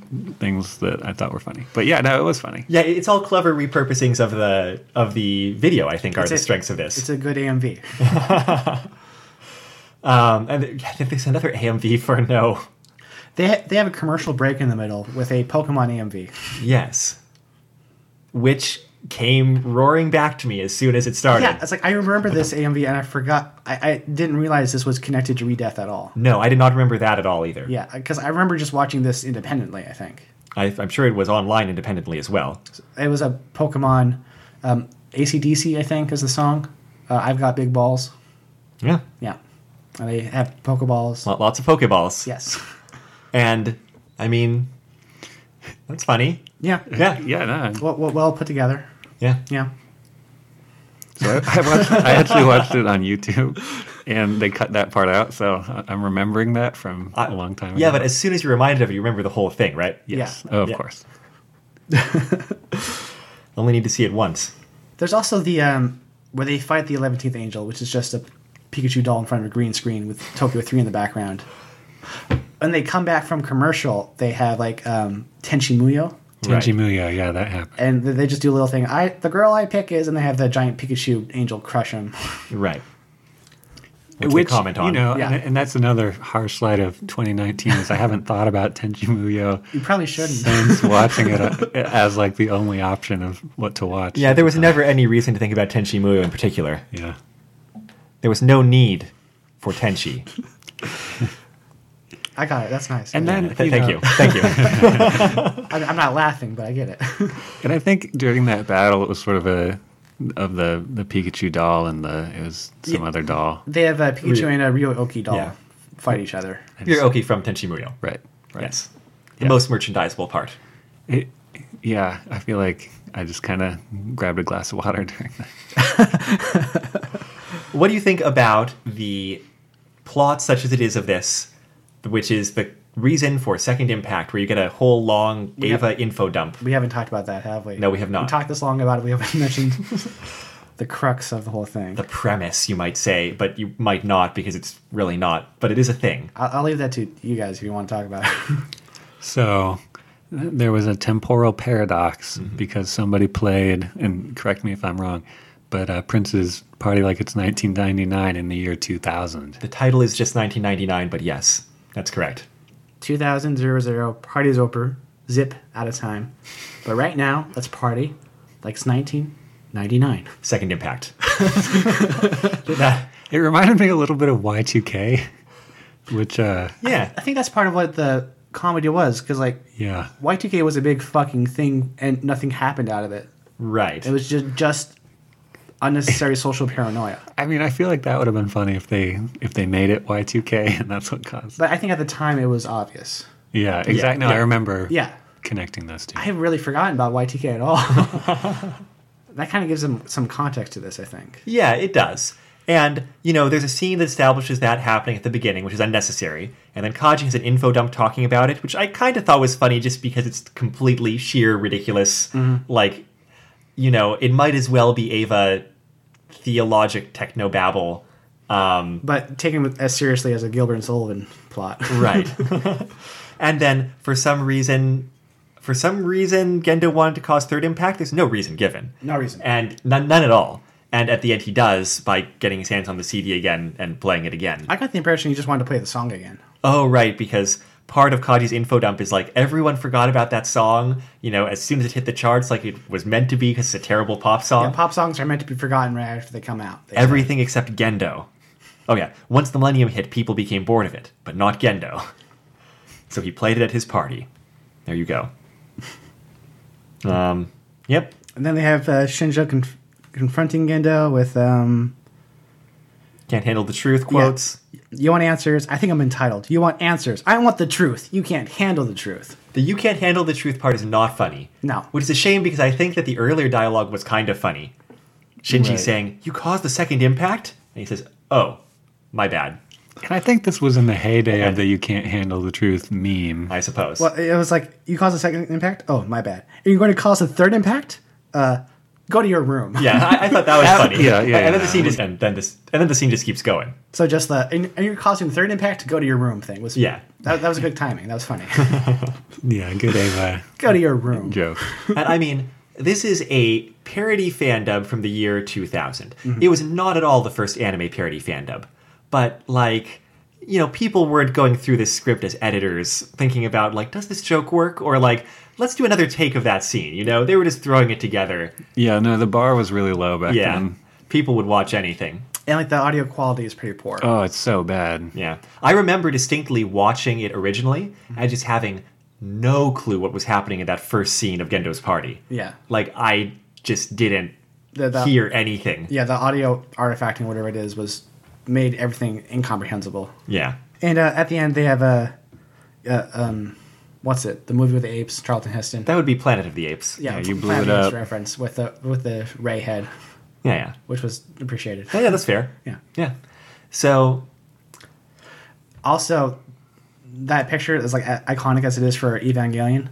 Speaker 3: things that I thought were funny. But yeah, no, it was funny.
Speaker 1: it. Yeah, it's all clever repurposings of the of the video. I think are the
Speaker 2: a-
Speaker 1: strengths of
Speaker 2: It's
Speaker 1: this.
Speaker 2: a good AMV.
Speaker 1: um, and th- yeah, I think there's another AMV for no.
Speaker 2: They ha- they have a commercial break in the middle with a Pokemon AMV.
Speaker 1: Yes, which came roaring back to me as soon as it started.
Speaker 2: Yeah, it's like I remember this AMV and I forgot. I, I didn't realize this was connected to Redeath at all.
Speaker 1: No, I did not remember that at all either.
Speaker 2: Yeah, because I remember just watching this independently. I think
Speaker 1: I, I'm sure it was online independently as well.
Speaker 2: it was a Pokemon um, ACDC. I think is the song. Uh, I've got big balls.
Speaker 1: Yeah,
Speaker 2: Yeah, and they have Pokeballs.
Speaker 1: Lo- lots of Pokeballs.
Speaker 2: yes.
Speaker 1: and I mean, that's funny.
Speaker 2: Yeah.
Speaker 1: Yeah,
Speaker 3: Yeah, no.
Speaker 2: Well, well, well put together.
Speaker 1: yeah.
Speaker 2: Yeah.
Speaker 3: So I, I, watched, I actually watched it on YouTube, and they cut that part out. So I- I'm remembering that from a long time ago.
Speaker 1: Yeah, but as soon as you're reminded of it, you remember the whole thing, right?
Speaker 3: yes,
Speaker 2: Yeah.
Speaker 3: oh, of
Speaker 1: Yeah.
Speaker 3: course.
Speaker 1: Only need to see it once.
Speaker 2: There's also the um, where they fight the Eleventeenth Angel, which is just a Pikachu doll in front of a green screen with Tokyo Three in the background. When they come back from commercial, they have like um, Tenchi Muyo,
Speaker 1: Right.
Speaker 3: Tenchi Muyo, yeah, that happened.
Speaker 2: and th- they just do a little thing. I the girl I pick is, and they have the giant Pikachu angel crush him.
Speaker 1: Right. Which, we comment on.
Speaker 3: You know,
Speaker 2: Yeah.
Speaker 3: and, and that's another harsh light of 2019 is I haven't thought about Tenchi Muyo
Speaker 2: You probably shouldn't.
Speaker 3: since watching it uh, as like the only option of what to watch.
Speaker 1: yeah, there was never any reason to think about Tenchi Muyo in particular.
Speaker 3: Yeah.
Speaker 1: There was no need for Tenchi.
Speaker 2: I got it. That's nice.
Speaker 3: And then
Speaker 1: Th- thank
Speaker 3: know,
Speaker 1: you. Thank you.
Speaker 2: I, I'm not laughing, but I get it.
Speaker 3: And I think during that battle, it was sort of a of the the Pikachu doll and the it was some other doll.
Speaker 2: they have a Pikachu
Speaker 1: Ryo-
Speaker 2: and a Ryo Oki doll
Speaker 1: Yeah.
Speaker 2: fight each other.
Speaker 1: You're Oki from Tenchi Muyo.
Speaker 3: Right. Right.
Speaker 1: Yes. The
Speaker 3: Yeah.
Speaker 1: most merchandisable part.
Speaker 3: It, yeah, I feel like I just kind of grabbed a glass of water during that.
Speaker 1: What do you think about the plot, such as it is, of this, which is the reason for Second Impact, where you get a whole long Ava info dump?
Speaker 2: We haven't talked about that, have we?
Speaker 1: No, we have not.
Speaker 2: We talked this long about it. We haven't mentioned the crux of the whole thing.
Speaker 1: The premise, you might say, but you might not because it's really not. But it is a thing.
Speaker 2: I'll, I'll leave that to you guys if you want to talk about it.
Speaker 3: So th- there was a temporal paradox because somebody played, and correct me if I'm wrong, but uh, Prince's Party Like It's 1999 in the year 2000.
Speaker 1: The title is just 1999, but yes, that's correct.
Speaker 2: 2000 party's over, zip out of time. But right now, let's party like it's 1999.
Speaker 1: Second Impact. That-
Speaker 3: It reminded me a little bit of Y2K, which, uh,
Speaker 1: yeah.
Speaker 2: I think that's part of what the comedy was because, like,
Speaker 3: yeah,
Speaker 2: Y2K was a big fucking thing and nothing happened out of it.
Speaker 1: Right.
Speaker 2: It was just, just unnecessary social paranoia.
Speaker 3: I mean, I feel like that would have been funny if they if they made it Y2K, and that's what caused.
Speaker 2: But I think at the time it was obvious.
Speaker 3: Yeah, exactly. No,
Speaker 1: yeah.
Speaker 3: I remember.
Speaker 2: Yeah.
Speaker 3: connecting those two.
Speaker 2: I have really forgotten about YTK at all. that kind of gives them some context to this, I think.
Speaker 1: Yeah, it does. And, you know, there's a scene that establishes that happening at the beginning, which is unnecessary. And then Kaji has an info dump talking about it, which I kind of thought was funny just because it's completely sheer ridiculous. Like, you know, it might as well be Ava theologic technobabble. Um,
Speaker 2: But taken with, as seriously as a Gilbert and Sullivan plot.
Speaker 1: Right. and then for some reason, for some reason, Gendo wanted to cause third impact. There's no reason given.
Speaker 2: No reason.
Speaker 1: And none, none at all. And at the end, he does by getting his hands on the CD again and playing it again.
Speaker 2: I got the impression he just wanted to play the song again.
Speaker 1: oh, right, because part of Kaji's info dump is like everyone forgot about that song. You know, as soon as it hit the charts, like it was meant to be because it's a terrible pop song.
Speaker 2: Yeah, pop songs are meant to be forgotten right after they come out. They-
Speaker 1: Everything except Gendo. Oh yeah, once the millennium hit, people became bored of it, but not Gendo. So he played it at his party. There you go. Um, yep.
Speaker 2: and then they have uh, Shinjo conf- confronting Gendo with, um,
Speaker 1: Can't handle the truth quotes.
Speaker 2: You want answers? I think I'm entitled. You want answers? I want the truth. You can't handle the truth.
Speaker 1: The you can't handle the truth part is not funny.
Speaker 2: No.
Speaker 1: Which is a shame because I think that the earlier dialogue was kind of funny. Shinji
Speaker 3: Right.
Speaker 1: saying, "You caused the second impact," and he says, "Oh, my bad."
Speaker 3: And I think this was in the heyday of the "you can't handle the truth" meme.
Speaker 1: I suppose.
Speaker 2: Well, it was like, you caused a second impact? Oh, my bad. And you're going to cause a third impact? Uh, go to your room.
Speaker 1: Yeah, I, I thought that was funny.
Speaker 3: yeah, yeah,
Speaker 1: And then the
Speaker 3: yeah.
Speaker 1: scene just and then this and then the scene just keeps going.
Speaker 2: So just the and, and you're causing third impact to go to your room thing was
Speaker 1: Yeah.
Speaker 2: that, that was a good timing that was funny
Speaker 3: Yeah, good Ava
Speaker 2: go to your room
Speaker 3: joke.
Speaker 1: and I mean, this is a parody fandom from the year 2000. It was not at all the first anime parody fandom, but like, you know, people weren't going through this script as editors thinking about like, does this joke work or like, let's do another take of that scene. You know, they were just throwing it together.
Speaker 3: Yeah, no, the bar was really low back
Speaker 1: Yeah,
Speaker 3: then.
Speaker 1: people would watch anything.
Speaker 2: and like the audio quality is pretty poor
Speaker 3: Oh, it's so bad.
Speaker 1: Yeah. I remember distinctly watching it originally and just having no clue what was happening in that first scene of Gendo's party.
Speaker 2: Yeah.
Speaker 1: Like I just didn't
Speaker 2: The- the-
Speaker 1: hear anything.
Speaker 2: yeah the audio artifacting whatever it is was made everything incomprehensible
Speaker 1: Yeah.
Speaker 2: and uh, at the end they have a uh, um what's it the movie with the apes Charlton Heston
Speaker 1: That would be Planet of the Apes.
Speaker 2: yeah,
Speaker 3: you blew
Speaker 2: Planet of
Speaker 3: it
Speaker 2: the Apes
Speaker 3: up.
Speaker 2: reference with the with the Ray head
Speaker 1: Yeah, yeah.
Speaker 2: which was appreciated
Speaker 1: Yeah, yeah, that's fair.
Speaker 2: yeah
Speaker 1: Yeah. So,
Speaker 2: also that picture is like a- iconic as it is for evangelion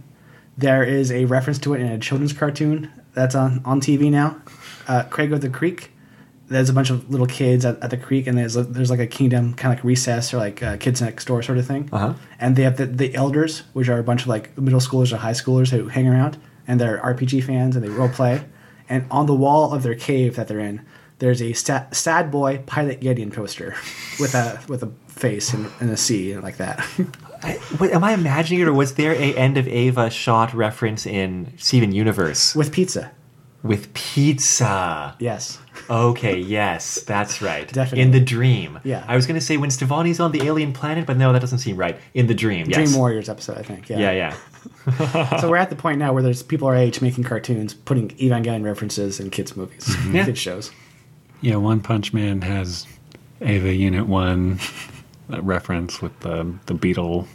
Speaker 2: there is a reference to it in a children's cartoon that's on, on tv now uh, craig of the creek there's a bunch of little kids at, at the creek and there's there's like a kingdom kind of like recess or like uh, kids next door sort of thing
Speaker 1: Uh-huh.
Speaker 2: and they have the, the elders which are a bunch of like middle schoolers or high schoolers who hang around and they're rpg fans and they role play and on the wall of their cave that they're in there's a sa- sad boy pilot gideon poster with a with a face and, and a c like that
Speaker 1: I, what, am I imagining it, or was there a end of Ava shot reference in Steven Universe
Speaker 2: with pizza
Speaker 1: with pizza?
Speaker 2: yes
Speaker 1: Okay, yes, that's right.
Speaker 2: Definitely.
Speaker 1: In the dream.
Speaker 2: Yeah.
Speaker 1: I was going to say when Stefani's on the alien planet, but no, that doesn't seem right. In the dream, yes.
Speaker 2: dream warriors episode i think
Speaker 1: Yeah,
Speaker 2: yeah
Speaker 1: yeah.
Speaker 2: so we're at the point now where there's people our age making cartoons putting evangelion references in kids movies
Speaker 1: Mhm. Yeah.
Speaker 2: kids shows
Speaker 3: Yeah, One Punch Man has Ava Unit One that reference with the the beetle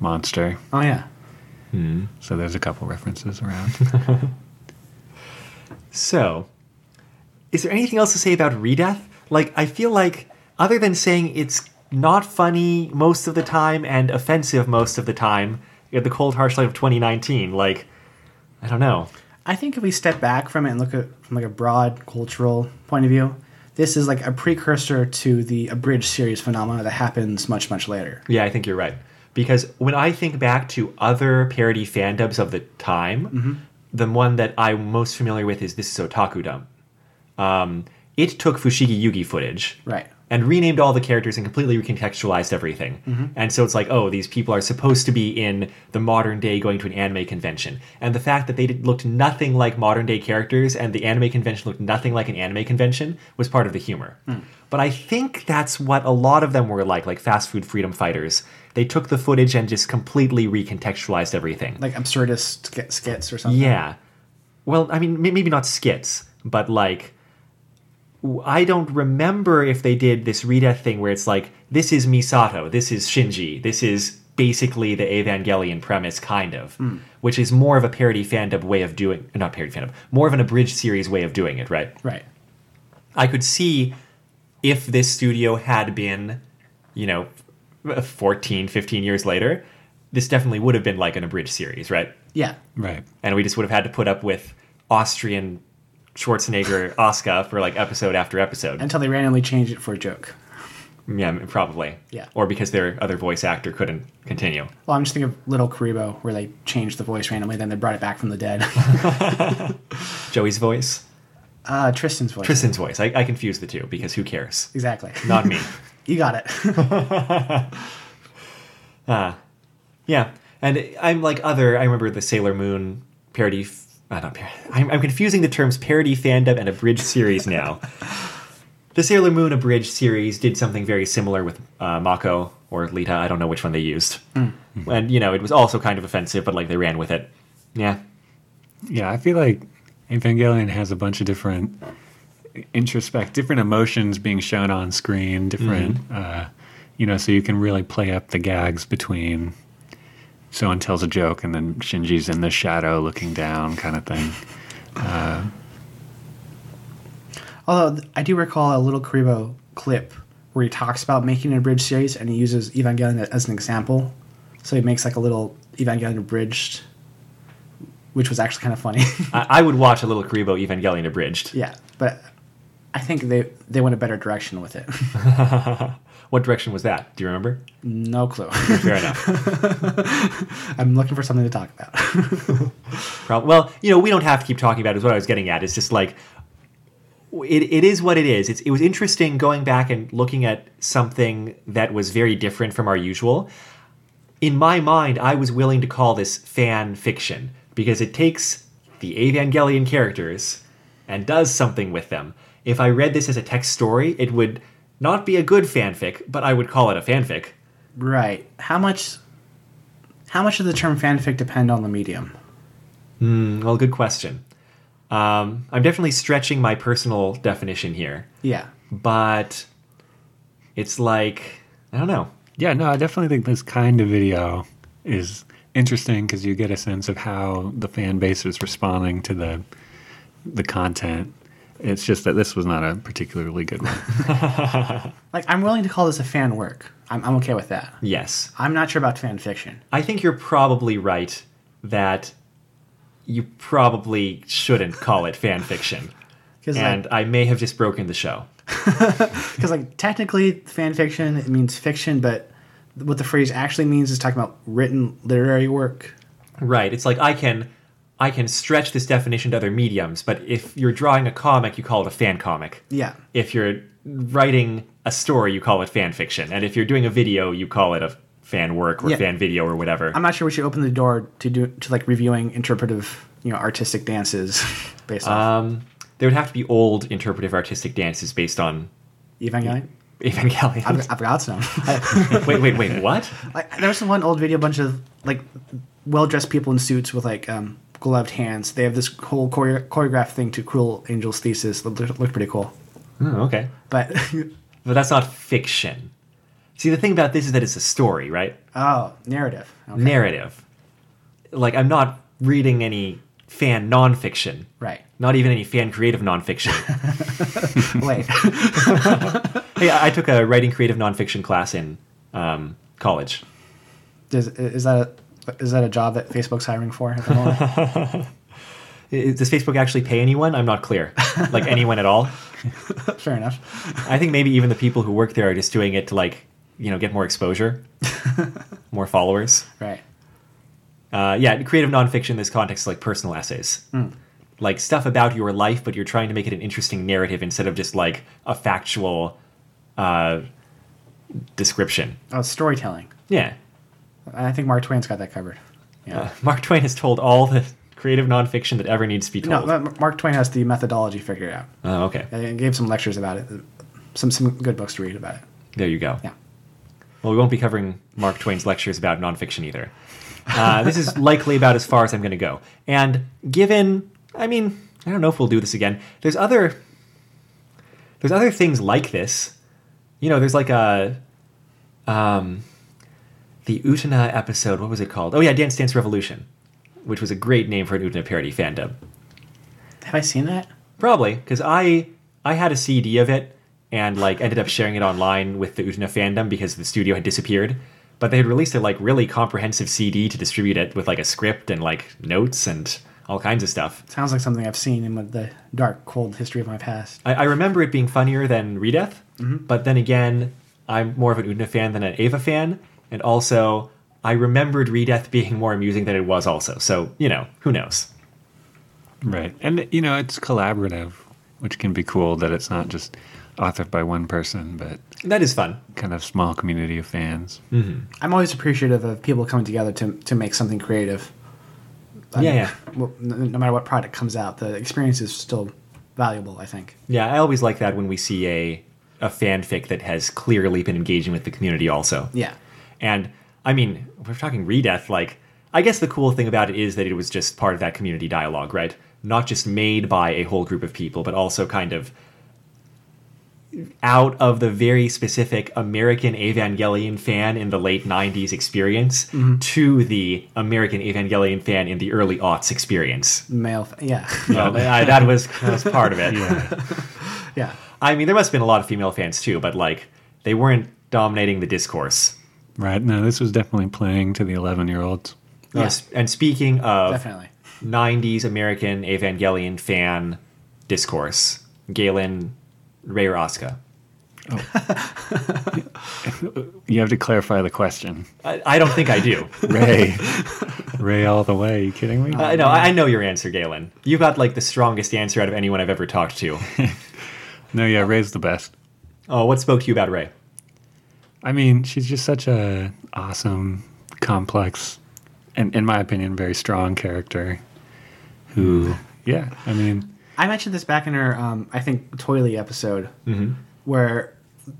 Speaker 3: monster.
Speaker 2: Oh yeah.
Speaker 3: So there's a couple references around.
Speaker 1: So, is there anything else to say about Redeath? Like, I feel like, other than saying it's not funny most of the time and offensive most of the time, you know, the cold, harsh light of 2019, like, I don't know.
Speaker 2: I think if we step back from it and look at from like a broad cultural point of view, this is like a precursor to the abridged series phenomena that happens much much later.
Speaker 1: Yeah, I think you're right. Because when I think back to other parody fandoms of the time, the one that I'm most familiar with is This is Otaku Dump. Um, it took Fushigi Yugi footage.
Speaker 2: Right.
Speaker 1: and renamed all the characters and completely recontextualized everything. And so it's like, oh, these people are supposed to be in the modern day going to an anime convention. And the fact that they did, looked nothing like modern day characters and the anime convention looked nothing like an anime convention was part of the humor. But I think that's what a lot of them were like, like fast food freedom fighters. They took the footage and just completely recontextualized everything.
Speaker 2: Like absurdist sk- skits or something.
Speaker 1: Yeah. Well, I mean, m- maybe not skits, but like, w- I don't remember if they did this redeath thing where it's like, this is Misato, this is Shinji, this is basically the Evangelion premise, kind of, which is more of a parody fandom way of doing, not parody fandom, more of an abridged series way of doing it, right?
Speaker 2: Right.
Speaker 1: I could see if this studio had been, you know, 14, 15 years later, this definitely would have been like an abridged series, right?
Speaker 2: Yeah.
Speaker 3: right.
Speaker 1: and we just would have had to put up with Austrian Schwarzenegger Oscar for like episode after episode.
Speaker 2: Until they randomly change it for a joke.
Speaker 1: yeah, m- probably.
Speaker 2: Yeah.
Speaker 1: Or because their other voice actor couldn't continue.
Speaker 2: Well, I'm just thinking of Little Karibo, where they changed the voice randomly, then they brought it back from the dead.
Speaker 1: Joey's voice,
Speaker 2: uh, Tristan's voice.
Speaker 1: Tristan's voice. I, I confuse the two because who cares?
Speaker 2: Exactly.
Speaker 1: Not me.
Speaker 2: You got it.
Speaker 1: Yeah, and I'm like other. I remember the Sailor Moon parody. F- uh, not parody. I'm, I'm confusing the terms parody fandom and abridged series now. the Sailor Moon abridged series did something very similar with uh, Mako or Lita. I don't know which one they used, and you know it was also kind of offensive, but like they ran with it. Yeah,
Speaker 3: Yeah, I feel like Evangelion has a bunch of different introspect, different emotions being shown on screen, different, uh, you know, so you can really play up the gags between someone tells a joke and then Shinji's in the shadow looking down, kind of thing.
Speaker 2: Although th- I do recall a Little Karibo clip where he talks about making an abridged series and he uses Evangelion a- as an example. So he makes like a little Evangelion abridged, which was actually kind of funny.
Speaker 1: I, I would watch a little Karibo Evangelion abridged.
Speaker 2: yeah, but I think they they went a better direction with it.
Speaker 1: What direction was that? Do you remember?
Speaker 2: no clue.
Speaker 1: Fair enough.
Speaker 2: I'm looking for something to talk about.
Speaker 1: prob- well you know we don't have to keep talking about it is what i was getting at it's just like it, it is what it is it's, it was interesting going back and looking at something that was very different from our usual in my mind i was willing to call this fan fiction because it takes the evangelion characters and does something with them if i read this as a text story it would not be a good fanfic but i would call it a fanfic
Speaker 2: right. How much how much does the term fanfic depend on the medium?
Speaker 1: well good question um, i'm definitely stretching my personal definition here
Speaker 2: Yeah.
Speaker 1: but it's like I don't know.
Speaker 3: Yeah, no, I definitely think this kind of video is interesting because you get a sense of how the fan base is responding to the the content. It's just that this was not a particularly good one.
Speaker 2: Like I'm willing to call this a fan work. I'm I'm okay with that.
Speaker 1: Yes,
Speaker 2: I'm not sure about fan fiction.
Speaker 1: I think you're probably right that you probably shouldn't call it fan fiction,
Speaker 2: Because
Speaker 1: and I may have just broken the show.
Speaker 2: because like technically fan fiction it means fiction but what the phrase actually means is talking about written literary work
Speaker 1: Right? It's like I can I can stretch this definition to other mediums, but if you're drawing a comic, you call it a fan comic.
Speaker 2: yeah
Speaker 1: If you're writing a story, you call it fan fiction, and if you're doing a video, you call it a fan work or
Speaker 2: Yeah.
Speaker 1: fan video or whatever.
Speaker 2: i'm not sure we should open the door to do to like reviewing interpretive you know artistic dances based on
Speaker 1: Um, there would have to be old interpretive artistic dances based on
Speaker 2: evangelion
Speaker 1: Evangelion.
Speaker 2: i've got some
Speaker 1: wait, wait, wait, what?
Speaker 2: like there was one old video a bunch of like well-dressed people in suits with like um gloved hands they have this whole choreo- choreographed thing to cruel angel's thesis looked, looked pretty cool
Speaker 1: Oh, okay.
Speaker 2: but
Speaker 1: But that's not fiction. See, the thing about this is that it's a story, right?
Speaker 2: Oh, narrative. Okay.
Speaker 1: Narrative. Like, I'm not reading any fan nonfiction,
Speaker 2: right.
Speaker 1: not even any fan creative nonfiction.
Speaker 2: Wait.
Speaker 1: hey, I I took a writing creative nonfiction class in um, college.
Speaker 2: Does, is that a, is that a job that Facebook's hiring for at the moment?
Speaker 1: I- I- Does Facebook actually pay anyone? I'm not clear. Like, anyone at all?
Speaker 2: Fair enough.
Speaker 1: I think maybe even the people who work there are just doing it to, like, you know, get more exposure, more followers.
Speaker 2: Right.
Speaker 1: uh, yeah, creative nonfiction in this context is like personal essays. Like stuff about your life, but you're trying to make it an interesting narrative instead of just like a factual uh, description.
Speaker 2: Oh, it's storytelling.
Speaker 1: Yeah.
Speaker 2: I think Mark Twain's got that covered. Yeah.
Speaker 1: Uh, Mark Twain has told all the creative nonfiction that ever needs to be
Speaker 2: no,
Speaker 1: told.
Speaker 2: Ma- Mark Twain has the methodology figured out.
Speaker 1: oh, okay.
Speaker 2: I gave some lectures about it. Some some good books to read about it.
Speaker 1: There you go.
Speaker 2: Yeah.
Speaker 1: Well, we won't be covering Mark Twain's lectures about nonfiction either. Uh, this is likely about as far as I'm going to go. And given, I mean, I don't know if we'll do this again. There's other, there's other things like this. You know, there's like a, um, the Utana episode. What was it called? Oh yeah, Dance Dance Revolution, which was a great name for an Utana parody fandom.
Speaker 2: Have I seen that?
Speaker 1: Probably because I I had a CD of it and like ended up sharing it online with the Utena fandom because the studio had disappeared. But they had released a like really comprehensive CD to distribute it with like a script and like notes and all kinds of stuff.
Speaker 2: Sounds like something I've seen in with the dark, cold history of my past.
Speaker 1: I, I remember it being funnier than Redeath, but then again, I'm more of an Utena fan than an Ava fan, and also I remembered Redeath being more amusing than it was also. So you know, who knows?
Speaker 3: Right. And, you know, it's collaborative, which can be cool that it's not just authored by one person, but
Speaker 1: That is fun.
Speaker 3: kind of small community of fans.
Speaker 2: I'm always appreciative of people coming together to to make something creative. I
Speaker 1: Yeah, yeah.
Speaker 2: well, no, no matter what product comes out, the experience is still valuable. I think.
Speaker 1: Yeah, I always like that when we see a a fanfic that has clearly been engaging with the community also.
Speaker 2: Yeah.
Speaker 1: And I mean, we're talking redeath, like I guess the cool thing about it is that it was just part of that community dialogue, right? Not just made by a whole group of people, but also kind of out of the very specific American Evangelion fan in the late 90s experience
Speaker 2: Mm-hmm.
Speaker 1: to the American Evangelion fan in the early aughts experience.
Speaker 2: Male. F- yeah.
Speaker 1: Well, I- that, was, that was part of it.
Speaker 2: yeah.
Speaker 1: I mean, there must have been a lot of female fans too, but like they weren't dominating the discourse.
Speaker 3: Right. No, this was definitely playing to the 11 year olds.
Speaker 1: Uh,
Speaker 2: Yeah.
Speaker 1: s- and speaking of
Speaker 2: Definitely.
Speaker 1: 90s American Evangelion fan discourse, Galen Ray Roska.
Speaker 3: Uh, You have to clarify the question.
Speaker 1: I, I don't think I do.
Speaker 3: Ray. Ray all the way. you kidding me?
Speaker 1: I know. I I know your answer, Galen. You got like the strongest answer out of anyone I've ever talked to.
Speaker 3: no, yeah, Ray's the best.
Speaker 1: Oh, what spoke to you about Ray?
Speaker 3: I mean, she's just such a awesome, complex, and in my opinion, very strong character. Who, yeah, I mean,
Speaker 2: I mentioned this back in her, um, I think, Toily episode, where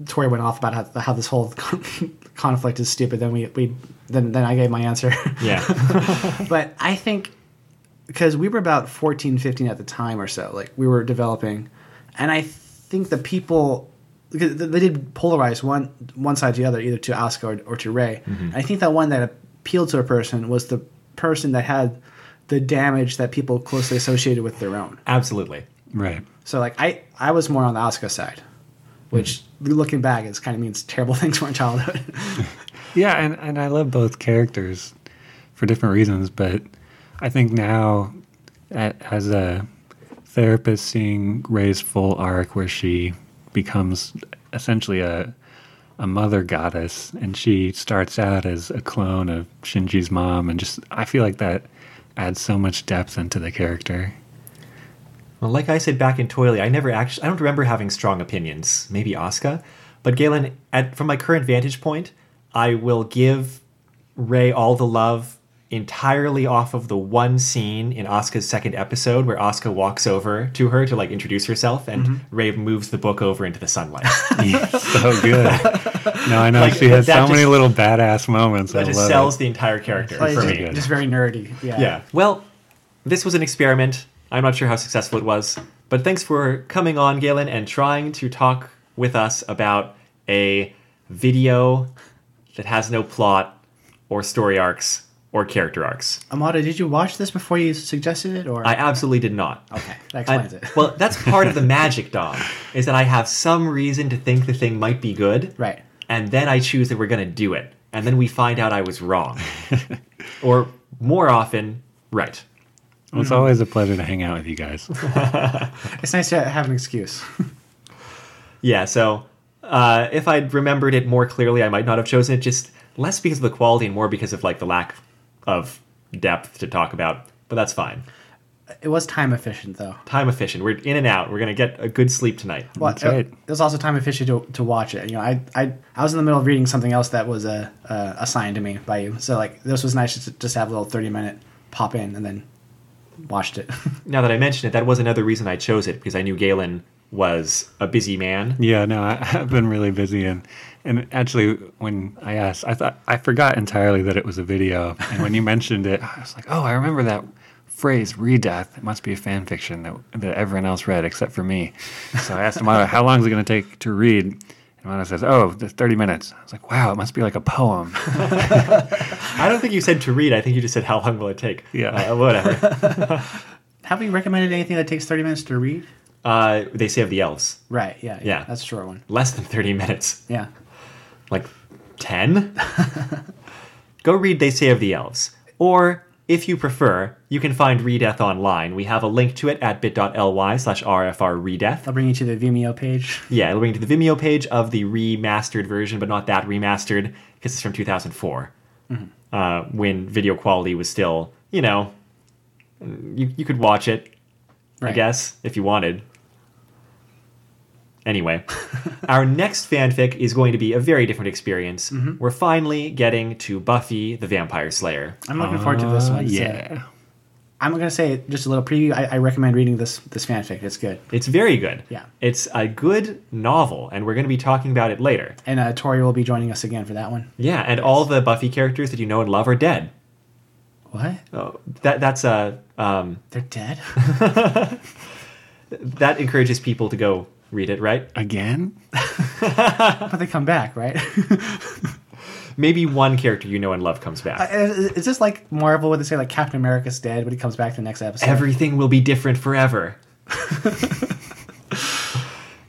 Speaker 2: Tori went off about how, how this whole conflict is stupid. Then we, we then then I gave my answer,
Speaker 1: Yeah.
Speaker 2: but I think because we were about 14, 15 at the time or so, like we were developing, and I think the people because th- they did polarize one one side to the other, either to Oscar or, or to Ray. And I think that one that appealed to a person was the person that had the damage that people closely associated with their own.
Speaker 1: Absolutely.
Speaker 3: right.
Speaker 2: So like I I was more on the Oscar side, which looking back is kind of means terrible things from my childhood.
Speaker 3: Yeah, and, and I love both characters for different reasons, but I think now, a- as a therapist, seeing Ray's full arc where she becomes essentially a a mother goddess, and she starts out as a clone of Shinji's mom, and just I feel like that adds so much depth into the character.
Speaker 1: Well, like I said back in Toily, I never actually, I don't remember having strong opinions. Maybe Asuka. But Galen, at, from my current vantage point, I will give Ray all the love entirely off of the one scene in Asuka's second episode where Asuka walks over to her to like introduce herself and
Speaker 3: Mm-hmm.
Speaker 1: Ray moves the book over into the sunlight.
Speaker 3: so good. No, I know
Speaker 1: Like,
Speaker 3: she has so
Speaker 1: that
Speaker 3: many
Speaker 1: just-
Speaker 3: little badass moments. I
Speaker 1: that just
Speaker 3: love
Speaker 1: sells
Speaker 3: it.
Speaker 1: the entire character
Speaker 2: Like,
Speaker 1: for
Speaker 2: just,
Speaker 1: me.
Speaker 2: just very nerdy. Yeah.
Speaker 1: Yeah. Well, this was an experiment. I'm not sure how successful it was, but thanks for coming on, Galen, and trying to talk with us about a video that has no plot or story arcs or character arcs.
Speaker 2: Amada, did you watch this before you suggested it, or
Speaker 1: I absolutely did not.
Speaker 2: okay, that
Speaker 1: I-
Speaker 2: explains it.
Speaker 1: well, that's part of the magic, Dom, is that I have some reason to think the thing might be good.
Speaker 2: right.
Speaker 1: and then I choose that we're going to do it, and then we find out I was wrong, or more often, right.
Speaker 3: Well,
Speaker 1: Mm-hmm.
Speaker 3: it's always a pleasure to hang out with you guys.
Speaker 2: It's nice to have an excuse.
Speaker 1: Yeah. So uh, if I'd remembered it more clearly, I might not have chosen it. Just less because of the quality, and more because of like the lack of depth to talk about. But that's fine.
Speaker 2: It was time efficient, though.
Speaker 1: Time efficient. We're in and out. We're gonna get a good sleep tonight.
Speaker 2: Well,
Speaker 3: That's right.
Speaker 2: It, it was also time efficient to, to watch it. You know, I, I I was in the middle of reading something else that was uh, uh, assigned to me by you. So like this was nice to just have a little thirty minute pop in and then watched it.
Speaker 1: Now that I mention it, that was another reason I chose it because I knew Galen was a busy man.
Speaker 3: Yeah, no, I, I've been really busy, and and actually, when I asked, I thought I forgot entirely that it was a video, and when you mentioned it, I was like, oh, I remember that phrase "redeath." It must be a fan fiction that that everyone else read except for me. So I asked Amada, how long is it going to take to read? And Amada says, oh, th- 30 minutes. I was like, wow, it must be like a poem.
Speaker 1: I don't think you said to read. I think you just said how long will it take.
Speaker 3: Yeah.
Speaker 1: Uh, whatever.
Speaker 2: have we recommended anything that takes thirty minutes to read?
Speaker 1: uh, they say of the elves,
Speaker 2: Right. Yeah.
Speaker 1: Yeah.
Speaker 2: That's a short one.
Speaker 1: less than thirty minutes.
Speaker 2: Yeah.
Speaker 1: like 10 go read they say of the elves or if you prefer you can find redeath online we have a link to it at bit.ly slash rfr redeath
Speaker 2: I'll bring you to the Vimeo page.
Speaker 1: yeah it'll bring you to the vimeo page of the remastered version but not that remastered because it's from 2004 uh, when video quality was still you know you, you could watch it I
Speaker 2: Right.
Speaker 1: guess, if you wanted. Anyway, our next fanfic is going to be a very different experience. We're finally getting to Buffy the Vampire Slayer.
Speaker 2: I'm looking forward to this
Speaker 3: Uh,
Speaker 2: one. so-
Speaker 3: yeah.
Speaker 2: I'm gonna say just a little preview. I, I recommend reading this this fanfic. It's good.
Speaker 1: It's very good.
Speaker 2: Yeah.
Speaker 1: It's a good novel, and we're going to be talking about it later.
Speaker 2: And uh, Tori will be joining us again for that one.
Speaker 1: Yeah, and all the Buffy characters that you know and love are dead.
Speaker 2: What?
Speaker 1: Oh, that that's a um,
Speaker 2: They're dead?
Speaker 1: that encourages people to go read it, right?
Speaker 3: Again?
Speaker 2: but they come back, right?
Speaker 1: Maybe one character you know and love comes back.
Speaker 2: Uh, is, is this like Marvel where they say like Captain America's dead, but he comes back the next episode?
Speaker 1: everything will be different forever.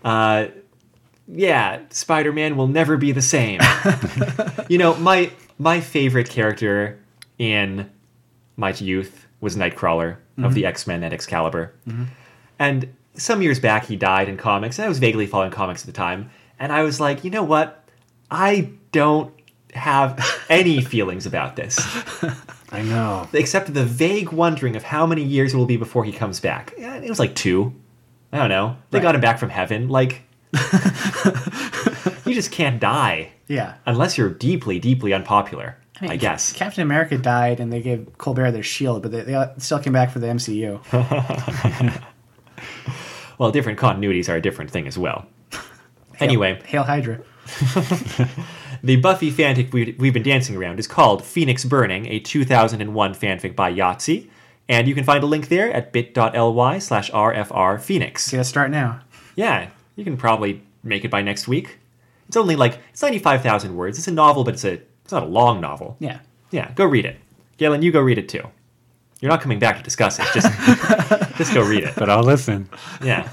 Speaker 1: uh, yeah, Spider Man will never be the same. you know, my my favorite character in my youth was Nightcrawler of the X Men and Excalibur. And some years back, he died in comics, and I was vaguely following comics at the time. And I was like, you know what? I don't have any feelings about this
Speaker 3: I know.
Speaker 1: except the vague wondering of how many years it will be before he comes back. Yeah, It was like two. I don't know. They
Speaker 2: Right.
Speaker 1: got him back from heaven. Like, you just can't die
Speaker 2: yeah.
Speaker 1: unless you're deeply, deeply unpopular. I,
Speaker 2: mean,
Speaker 1: guess.
Speaker 2: Captain America died, and they gave Colbert their shield, but they, they still came back for the MCU.
Speaker 1: Well, different continuities are a different thing as well. anyway,
Speaker 2: Hail Hydra.
Speaker 1: the Buffy fanfic we- we've been dancing around is called Phoenix Burning, a 2001 fanfic by Yahtzee. And you can find a link there at bit.ly slash rfr phoenix.
Speaker 2: Okay, let's start now.
Speaker 1: Yeah, you can probably make it by next week. It's only like it's ninety five thousand words. It's a novel, but it's a it's not a long novel.
Speaker 2: Yeah.
Speaker 1: Yeah, go read it, Galen. You go read it too. You're not coming back to discuss it. Just just go read it.
Speaker 3: But I'll listen.
Speaker 1: Yeah.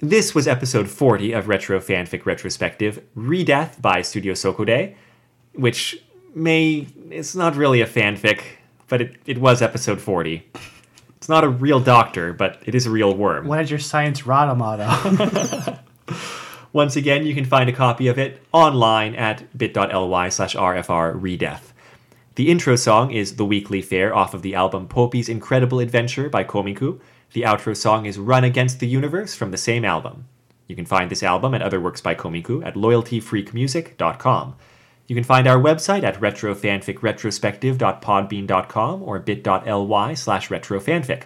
Speaker 1: This was episode 40 of Retro Fanfic Retrospective, Redeath by Studio Sokode, which may, it's not really a fanfic, but it, it was episode 40. It's not a real doctor, but it is a real worm.
Speaker 2: What is your science rata motto?
Speaker 1: Once again, you can find a copy of it online at bit.ly slash rfr redeath. The intro song is The Weekly Fair off of the album Poppy's Incredible Adventure by Komiku. The outro song is Run Against the Universe from the same album. You can find this album and other works by Komiku at loyaltyfreakmusic.com. You can find our website at retrofanficretrospective.podbean.com or bit.ly slash retrofanfic.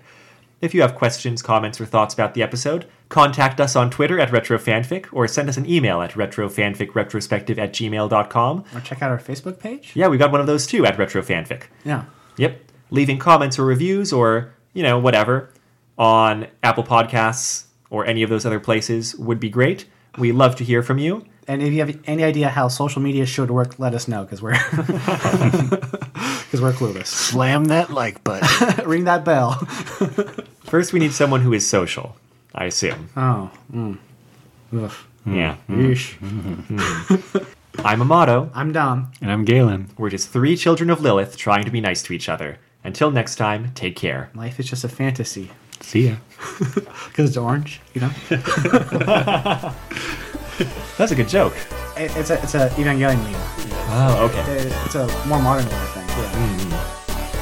Speaker 1: If you have questions, comments, or thoughts about the episode, contact us on Twitter at retrofanfic or send us an email at retrofanficretrospective at gmail.com.
Speaker 2: or check out our Facebook page?
Speaker 1: Yeah, we got one of those too at retrofanfic.
Speaker 2: Yeah.
Speaker 1: Yep. Leaving comments or reviews or, you know, whatever on Apple Podcasts or any of those other places would be great. We love to hear from you.
Speaker 2: And if you have any idea how social media should work, let us know because we're because we're clueless.
Speaker 3: Slam that like button.
Speaker 2: Ring that bell.
Speaker 1: First, we need someone who is social. I assume.
Speaker 2: Oh, mm. Ugh.
Speaker 1: Yeah.
Speaker 2: Yeesh.
Speaker 1: I'm Amato.
Speaker 2: Mm-hmm. I'm dumb.
Speaker 3: and I'm Galen.
Speaker 1: We're just three children of Lilith trying to be nice to each other. Until next time, take care.
Speaker 2: Life is just a fantasy
Speaker 3: See ya.
Speaker 2: because it's orange, you know.
Speaker 1: That's a good joke.
Speaker 2: It- it's a it's a Evangelion meme.
Speaker 1: Oh, okay.
Speaker 2: It- It's a more modern one, I think. Yeah.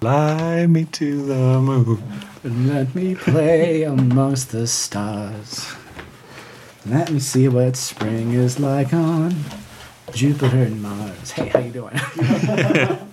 Speaker 3: Fly me to the moon.
Speaker 2: Let me play amongst the stars. Let me see what spring is like on Jupiter and Mars. Hey, how you doing?